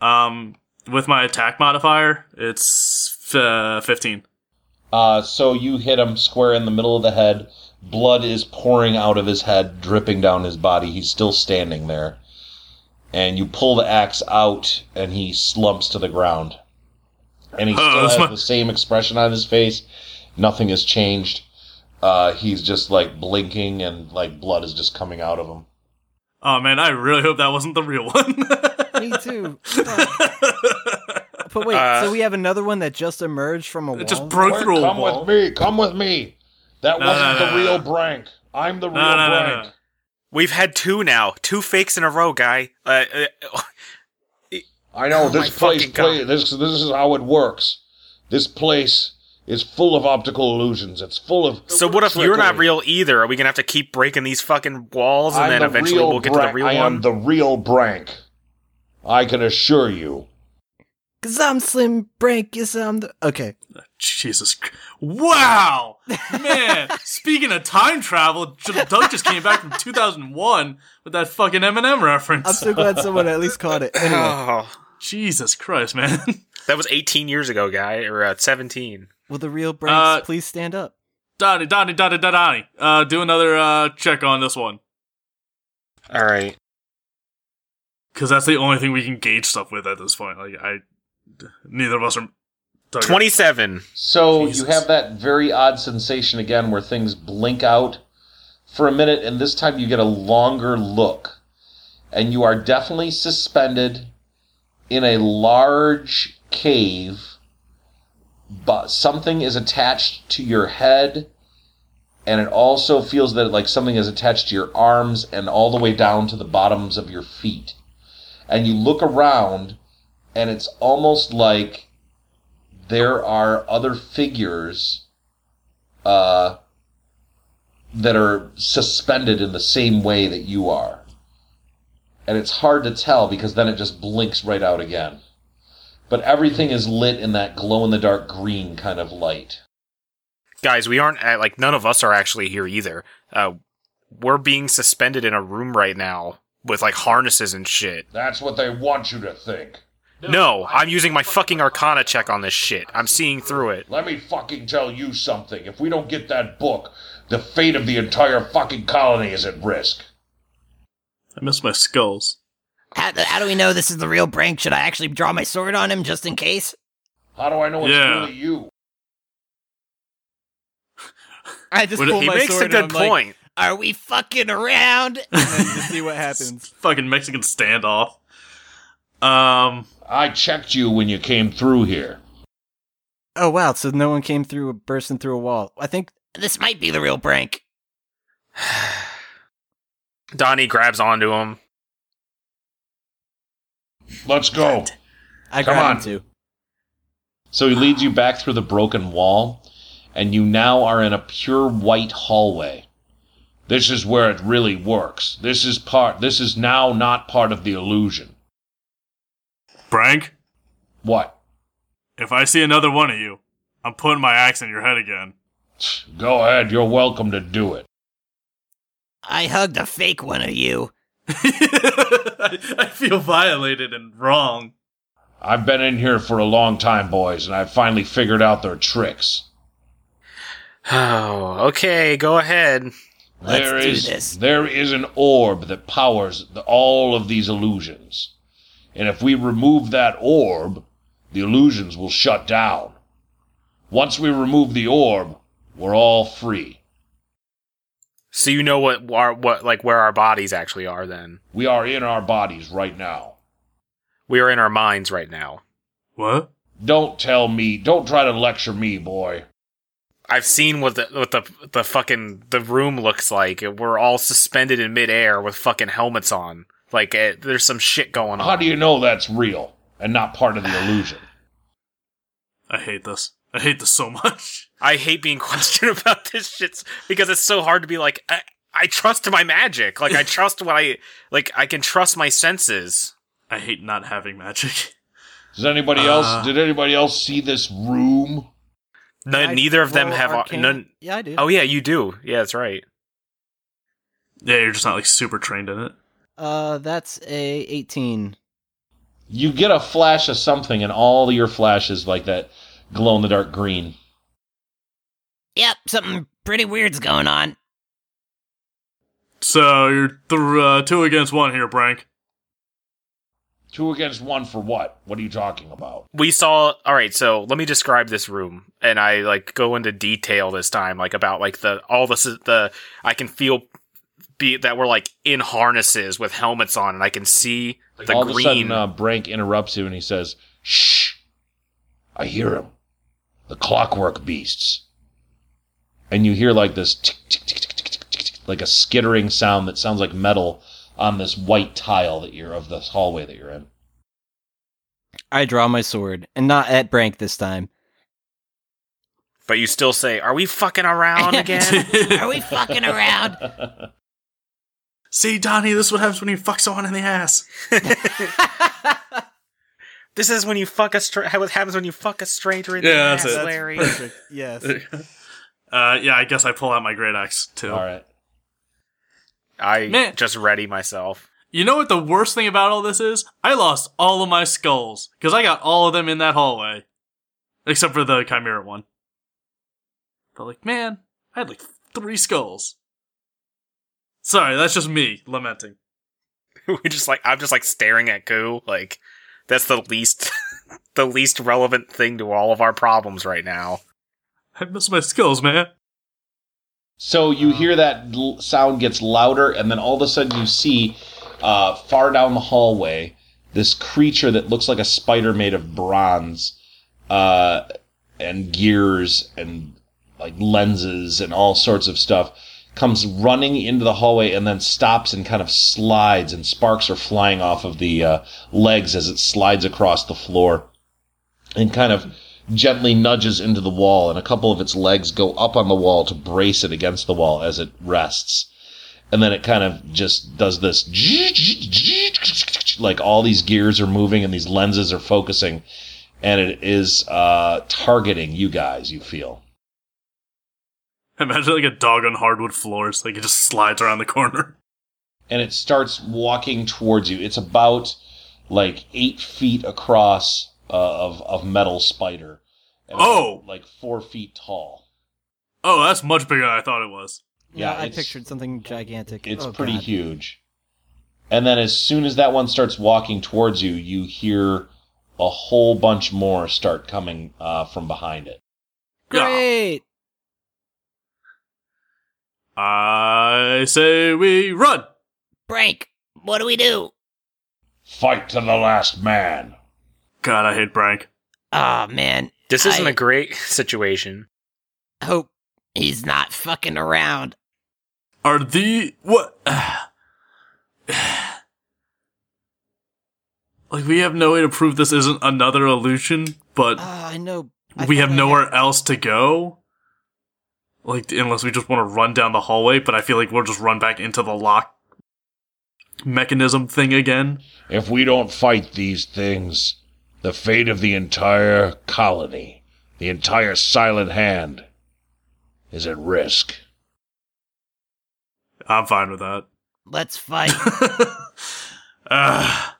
B: Um, with my attack modifier, it's f- uh, fifteen.
A: Uh, so you hit him square in the middle of the head, Blood is pouring out of his head, dripping down his body. He's still standing there. And you pull the axe out, and he slumps to the ground. And he
B: Oh,
A: still
B: that's
A: has
B: my-
A: the same expression on his face. Nothing has changed. Uh, he's just like blinking, and like blood is just coming out of him.
B: Oh man, I really hope that wasn't the real one.
D: Me too. Fuck. But wait,
C: Uh,
D: so we have another one that just emerged from a wall.
B: it just broke through a
A: come
B: wall.
A: with me. Come with me. That
B: No,
A: wasn't
B: no,
A: the
B: no,
A: real
B: no.
A: Brank. I'm the real
B: No, no,
A: Brank.
B: no, no.
C: We've had two now, two fakes in a row, guy. Uh, uh,
A: I know
C: Oh
A: this
C: my
A: place.
C: fucking God.
A: Play, this this is how it works. This place is full of optical illusions. It's full of.
C: so what if you're not
A: trickery.
C: real either? Are we gonna have to keep breaking these fucking walls, and
A: I'm
C: then
A: the
C: eventually
A: real
C: we'll get to
A: Brank.
C: the real
A: I am
C: one?
A: the real Brank. I can assure you.
D: Cause I'm Slim Brank. Cause I'm the okay.
B: Jesus. Chr- Wow! Man, speaking of time travel, J- Doug just came back from 2001 with that fucking Eminem
D: I'm
B: reference.
D: so glad someone at least caught it. Anyway,
C: Oh,
B: Jesus Christ, man.
C: that was 18 years ago, guy, or uh, 17.
D: will the real Branks
B: Uh,
D: please stand up?
B: Donnie, Donnie, Donnie, Donnie, Donnie. Uh, do another uh, check on this one.
C: All right.
B: Because that's the only thing we can gauge stuff with at this point. Like, I. Neither of us are. Doug-
C: 27.
A: So
B: Jesus.
A: you have that very odd sensation again where things blink out for a minute, and this time you get a longer look. And you are definitely suspended in a large cave, but something is attached to your head, and it also feels that like something is attached to your arms and all the way down to the bottoms of your feet. And you look around, and it's almost like there are other figures uh, that are suspended in the same way that you are. And it's hard to tell because then it just blinks right out again. But everything is lit in that glow in the dark green kind of light.
C: Guys, we aren't, uh, like, none of us are actually here either. Uh, we're being suspended in a room right now with, like, harnesses and shit.
A: That's what they want you to think.
C: No, I'm using my fucking arcana check on this shit. I'm seeing through it.
A: Let me fucking tell you something. If we don't get that book, the fate of the entire fucking colony is at risk.
B: I missed my skulls.
E: How, how do we know this is the real Brank? Should I actually draw my sword on him just in case?
A: How do I know
B: it's Yeah. really
A: you?
D: I just
B: Would it- pull
D: pull
C: He
D: my
C: makes a good point.
E: Are we fucking around?
D: to see what happens.
B: Fucking Mexican standoff. Um.
A: I checked you when you came through here.
D: Oh wow! So no one came through, bursting through a wall. I think
E: This might be the real Brank.
C: Donnie grabs onto him.
A: Let's go.
D: I
A: Come
D: grabbed
A: on.
D: him too.
A: So he leads you back through the broken wall, and you now are in a pure white hallway. This is where it really works. This is part. This is now not part of the illusion.
B: Brank,
A: What?
B: if I see another one of you, I'm putting my axe in your head again.
A: Go ahead. You're welcome to do it.
E: I hugged a fake one of you.
B: I, I feel violated and wrong.
A: I've been in here for a long time, boys, and I've finally figured out their tricks.
C: Oh, okay, go ahead.
E: Let's
A: There
E: do
A: is
E: this.
A: there is an orb that powers the, all of these illusions, and if we remove that orb, the illusions will shut down. Once we remove the orb, we're all free.
C: So you know what our, what like where our bodies actually are then.
A: We are in our bodies right now.
C: We are in our minds right now.
B: What?
A: Don't tell me. Don't try to lecture me, boy.
C: I've seen what the what the the fucking the room looks like. We're all suspended in midair with fucking helmets on. Like eh, there's some shit going on.
A: How do you know that's real and not part of the illusion?
B: I hate this. I hate this so much.
C: I hate being questioned about this shit because it's so hard to be like I, I trust my magic. Like I trust what I like I can trust my senses.
B: I hate not having magic.
A: Does anybody else?
B: Uh.
A: Did anybody else see this room?
C: No,
D: I
C: neither of them
D: roll
C: have ar-
D: arcana-
C: none.
D: Yeah, I do.
C: Oh yeah, you do. Yeah, that's right.
B: Yeah, you're just not like super trained in it.
D: Uh, that's a 18.
A: You get a flash of something, and all your flashes like that glow in the dark green.
E: Yep, something pretty weird's going on.
B: So you're th- uh, two against one here, Brank.
A: Two against one for what? What are you talking about?
C: we saw all right so let me describe this room and i like go into detail this time like about like the all this is the i can feel be that we're like in harnesses with helmets on and i can see the
A: All
C: green
A: of a sudden, uh, Brank interrupts you and he says, "Shh, I hear him, the clockwork beasts." And you hear like this, tick, tick, tick, tick, tick, tick, tick, tick, like a skittering sound that sounds like metal on this white tile that you're of this hallway that you're in.
D: I draw my sword, and not at Brank this time.
C: but you still say are we fucking around again
E: Are we fucking around?
B: See, Donnie, this is what happens when you fuck someone in the ass.
C: this is when you fuck a stra- how it happens when you fuck a stranger in the
B: Yeah,
C: ass
B: that's it.
C: larry
D: Perfect. Yes.
B: Uh, yeah, I guess I pull out my great axe too.
A: All right.
C: i
B: Man.
C: just ready myself
B: You know what the worst thing about all this is? I lost all of my skulls because I got all of them in that hallway, except for the chimera one. But like, man, I had like three skulls. Sorry, that's just me lamenting.
C: we just like i'm just like staring at goo like that's the least the least relevant thing to all of our problems right now
B: I miss my skills, man.
A: So you hear that l- sound gets louder, and then all of a sudden you see, uh, far down the hallway, this creature that looks like a spider made of bronze, uh, and gears and like lenses and all sorts of stuff comes running into the hallway and then stops and kind of slides and sparks are flying off of the uh, legs as it slides across the floor and kind of gently nudges into the wall, and a couple of its legs go up on the wall to brace it against the wall as it rests. And then it kind of just does this like all these gears are moving and these lenses are focusing, and it is uh, targeting you guys, you feel.
B: Imagine like a dog on hardwood floors, like it just slides around the corner.
A: and it starts walking towards you. It's about like eight feet across uh, of of metal spider. And
B: Oh!
A: like four feet tall.
B: Oh, that's much bigger than I thought it was.
A: Yeah,
D: I
A: it's-
D: pictured something gigantic.
A: It's
D: Oh,
A: pretty
D: God.
A: huge. And then as soon as that one starts walking towards you, you hear a whole bunch more start coming uh, from behind it.
B: Yeah.
D: Great.
B: I say we run.
E: Brank, what do we do?
A: Fight to the last man.
B: God, I hate Brank.
E: Aw, man.
C: This isn't
E: I-
C: a great situation.
E: Hope he's not fucking around.
B: Are the what? like we have no way to prove this isn't another illusion, but
D: Oh, I know. I
B: we
D: thought
B: have
D: I
B: nowhere else to go. Like unless we just want to run down the hallway, but I feel like we'll just run back into the lock mechanism thing again.
A: If we don't fight these things, the fate of the entire colony, the entire Silent Hand, is at risk.
B: I'm fine with that.
E: Let's fight.
B: Ugh.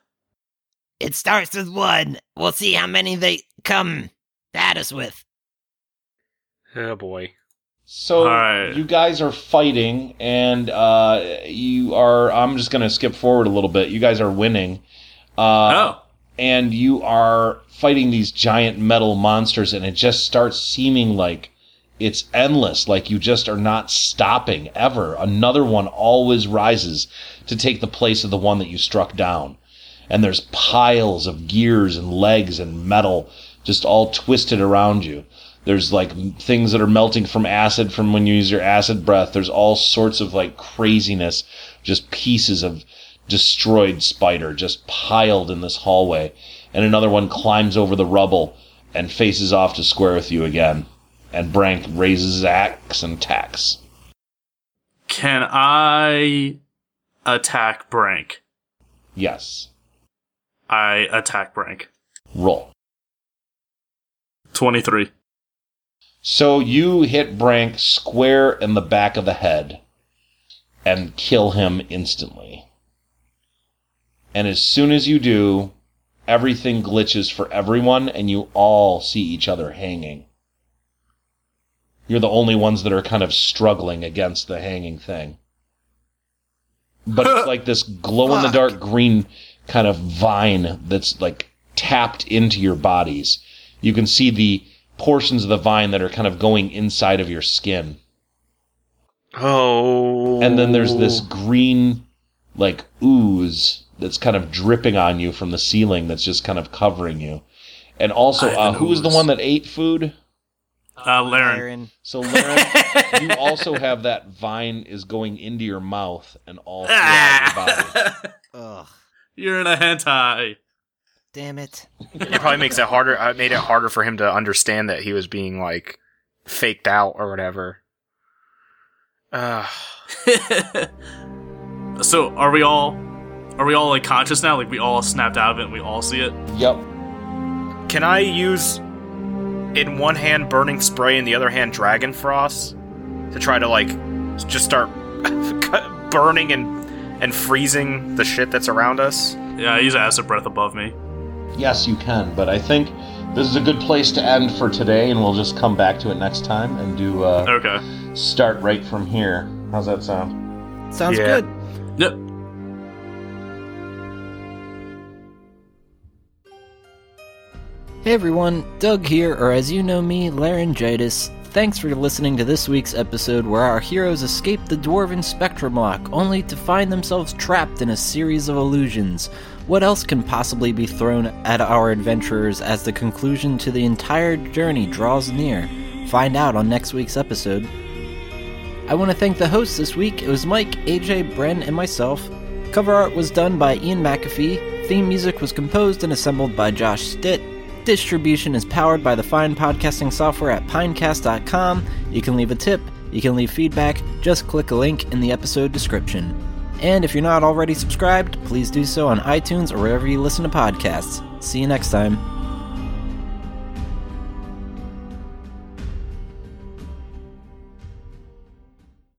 E: it starts with one. We'll see how many they come at us with.
C: Oh boy.
A: So
B: All right.
A: you guys are fighting, and uh, you are. I'm just going to skip forward a little bit. You guys are winning. Uh,
B: oh,
A: And you are fighting these giant metal monsters, and it just starts seeming like it's endless. Like you just are not stopping ever. Another one always rises to take the place of the one that you struck down. And there's piles of gears and legs and metal just all twisted around you. There's like m- things that are melting from acid from when you use your acid breath. There's all sorts of like craziness, just pieces of destroyed spider just piled in this hallway. And another one climbs over the rubble and faces off to square with you again. And Brank raises his axe and tacks.
B: can I attack Brank?
A: Yes.
B: I attack Brank.
A: Roll.
B: Twenty-three.
A: So you hit Brank square in the back of the head and kill him instantly. And as soon as you do, everything glitches for everyone and you all see each other hanging. You're the only ones that are kind of struggling against the hanging thing. but it's like this glow in the dark green kind of vine that's like tapped into your bodies. You can see the portions of the vine that are kind of going inside of your skin.
C: Oh.
A: And then there's this green, like, ooze that's kind of dripping on you from the ceiling that's just kind of covering you. And also,
B: I have
A: uh,
B: an
A: who was the
B: ooze.
A: one that ate food?
B: Uh, Laren.
E: Aaron.
A: So, Lauren, you also have that vine is going into your mouth and all throughout your body.
B: Ah.
E: Ugh.
B: You're in a hentai.
E: Damn it.
C: It probably makes it harder. It made it harder for him to understand that he was being like faked out or whatever. Uh,
B: so are we all are we all like conscious now? Like we all snapped out of it and we all see it?
A: Yep.
C: can I use in one hand burning spray and the other hand dragon frost to try to like just start cut- burning and and freezing the shit that's around us?
B: Yeah, I use acid breath above me.
A: Yes, you can, but I think this is a good place to end for today, and we'll just come back to it next time and do uh,
B: Okay.
A: start right from here. How's that sound?
E: Sounds
C: Yeah.
E: good.
B: Yep.
D: Hey everyone, Doug here, or as you know me, Laryngitis. Thanks for listening to this week's episode where our heroes escape the Dwarven Spectrum Lock only to find themselves trapped in a series of illusions. What else can possibly be thrown at our adventurers as the conclusion to the entire journey draws near? Find out on next week's episode. I want to thank the hosts this week. It was Mike, AJ, Bren, and myself. Cover art was done by Ian McAfee. Theme music was composed and assembled by Josh Stitt. Distribution is powered by the fine podcasting software at pinecast.com. You can leave a tip, you can leave feedback, just click a link in the episode description. And if you're not already subscribed, please do so on iTunes or wherever you listen to podcasts. See you next time.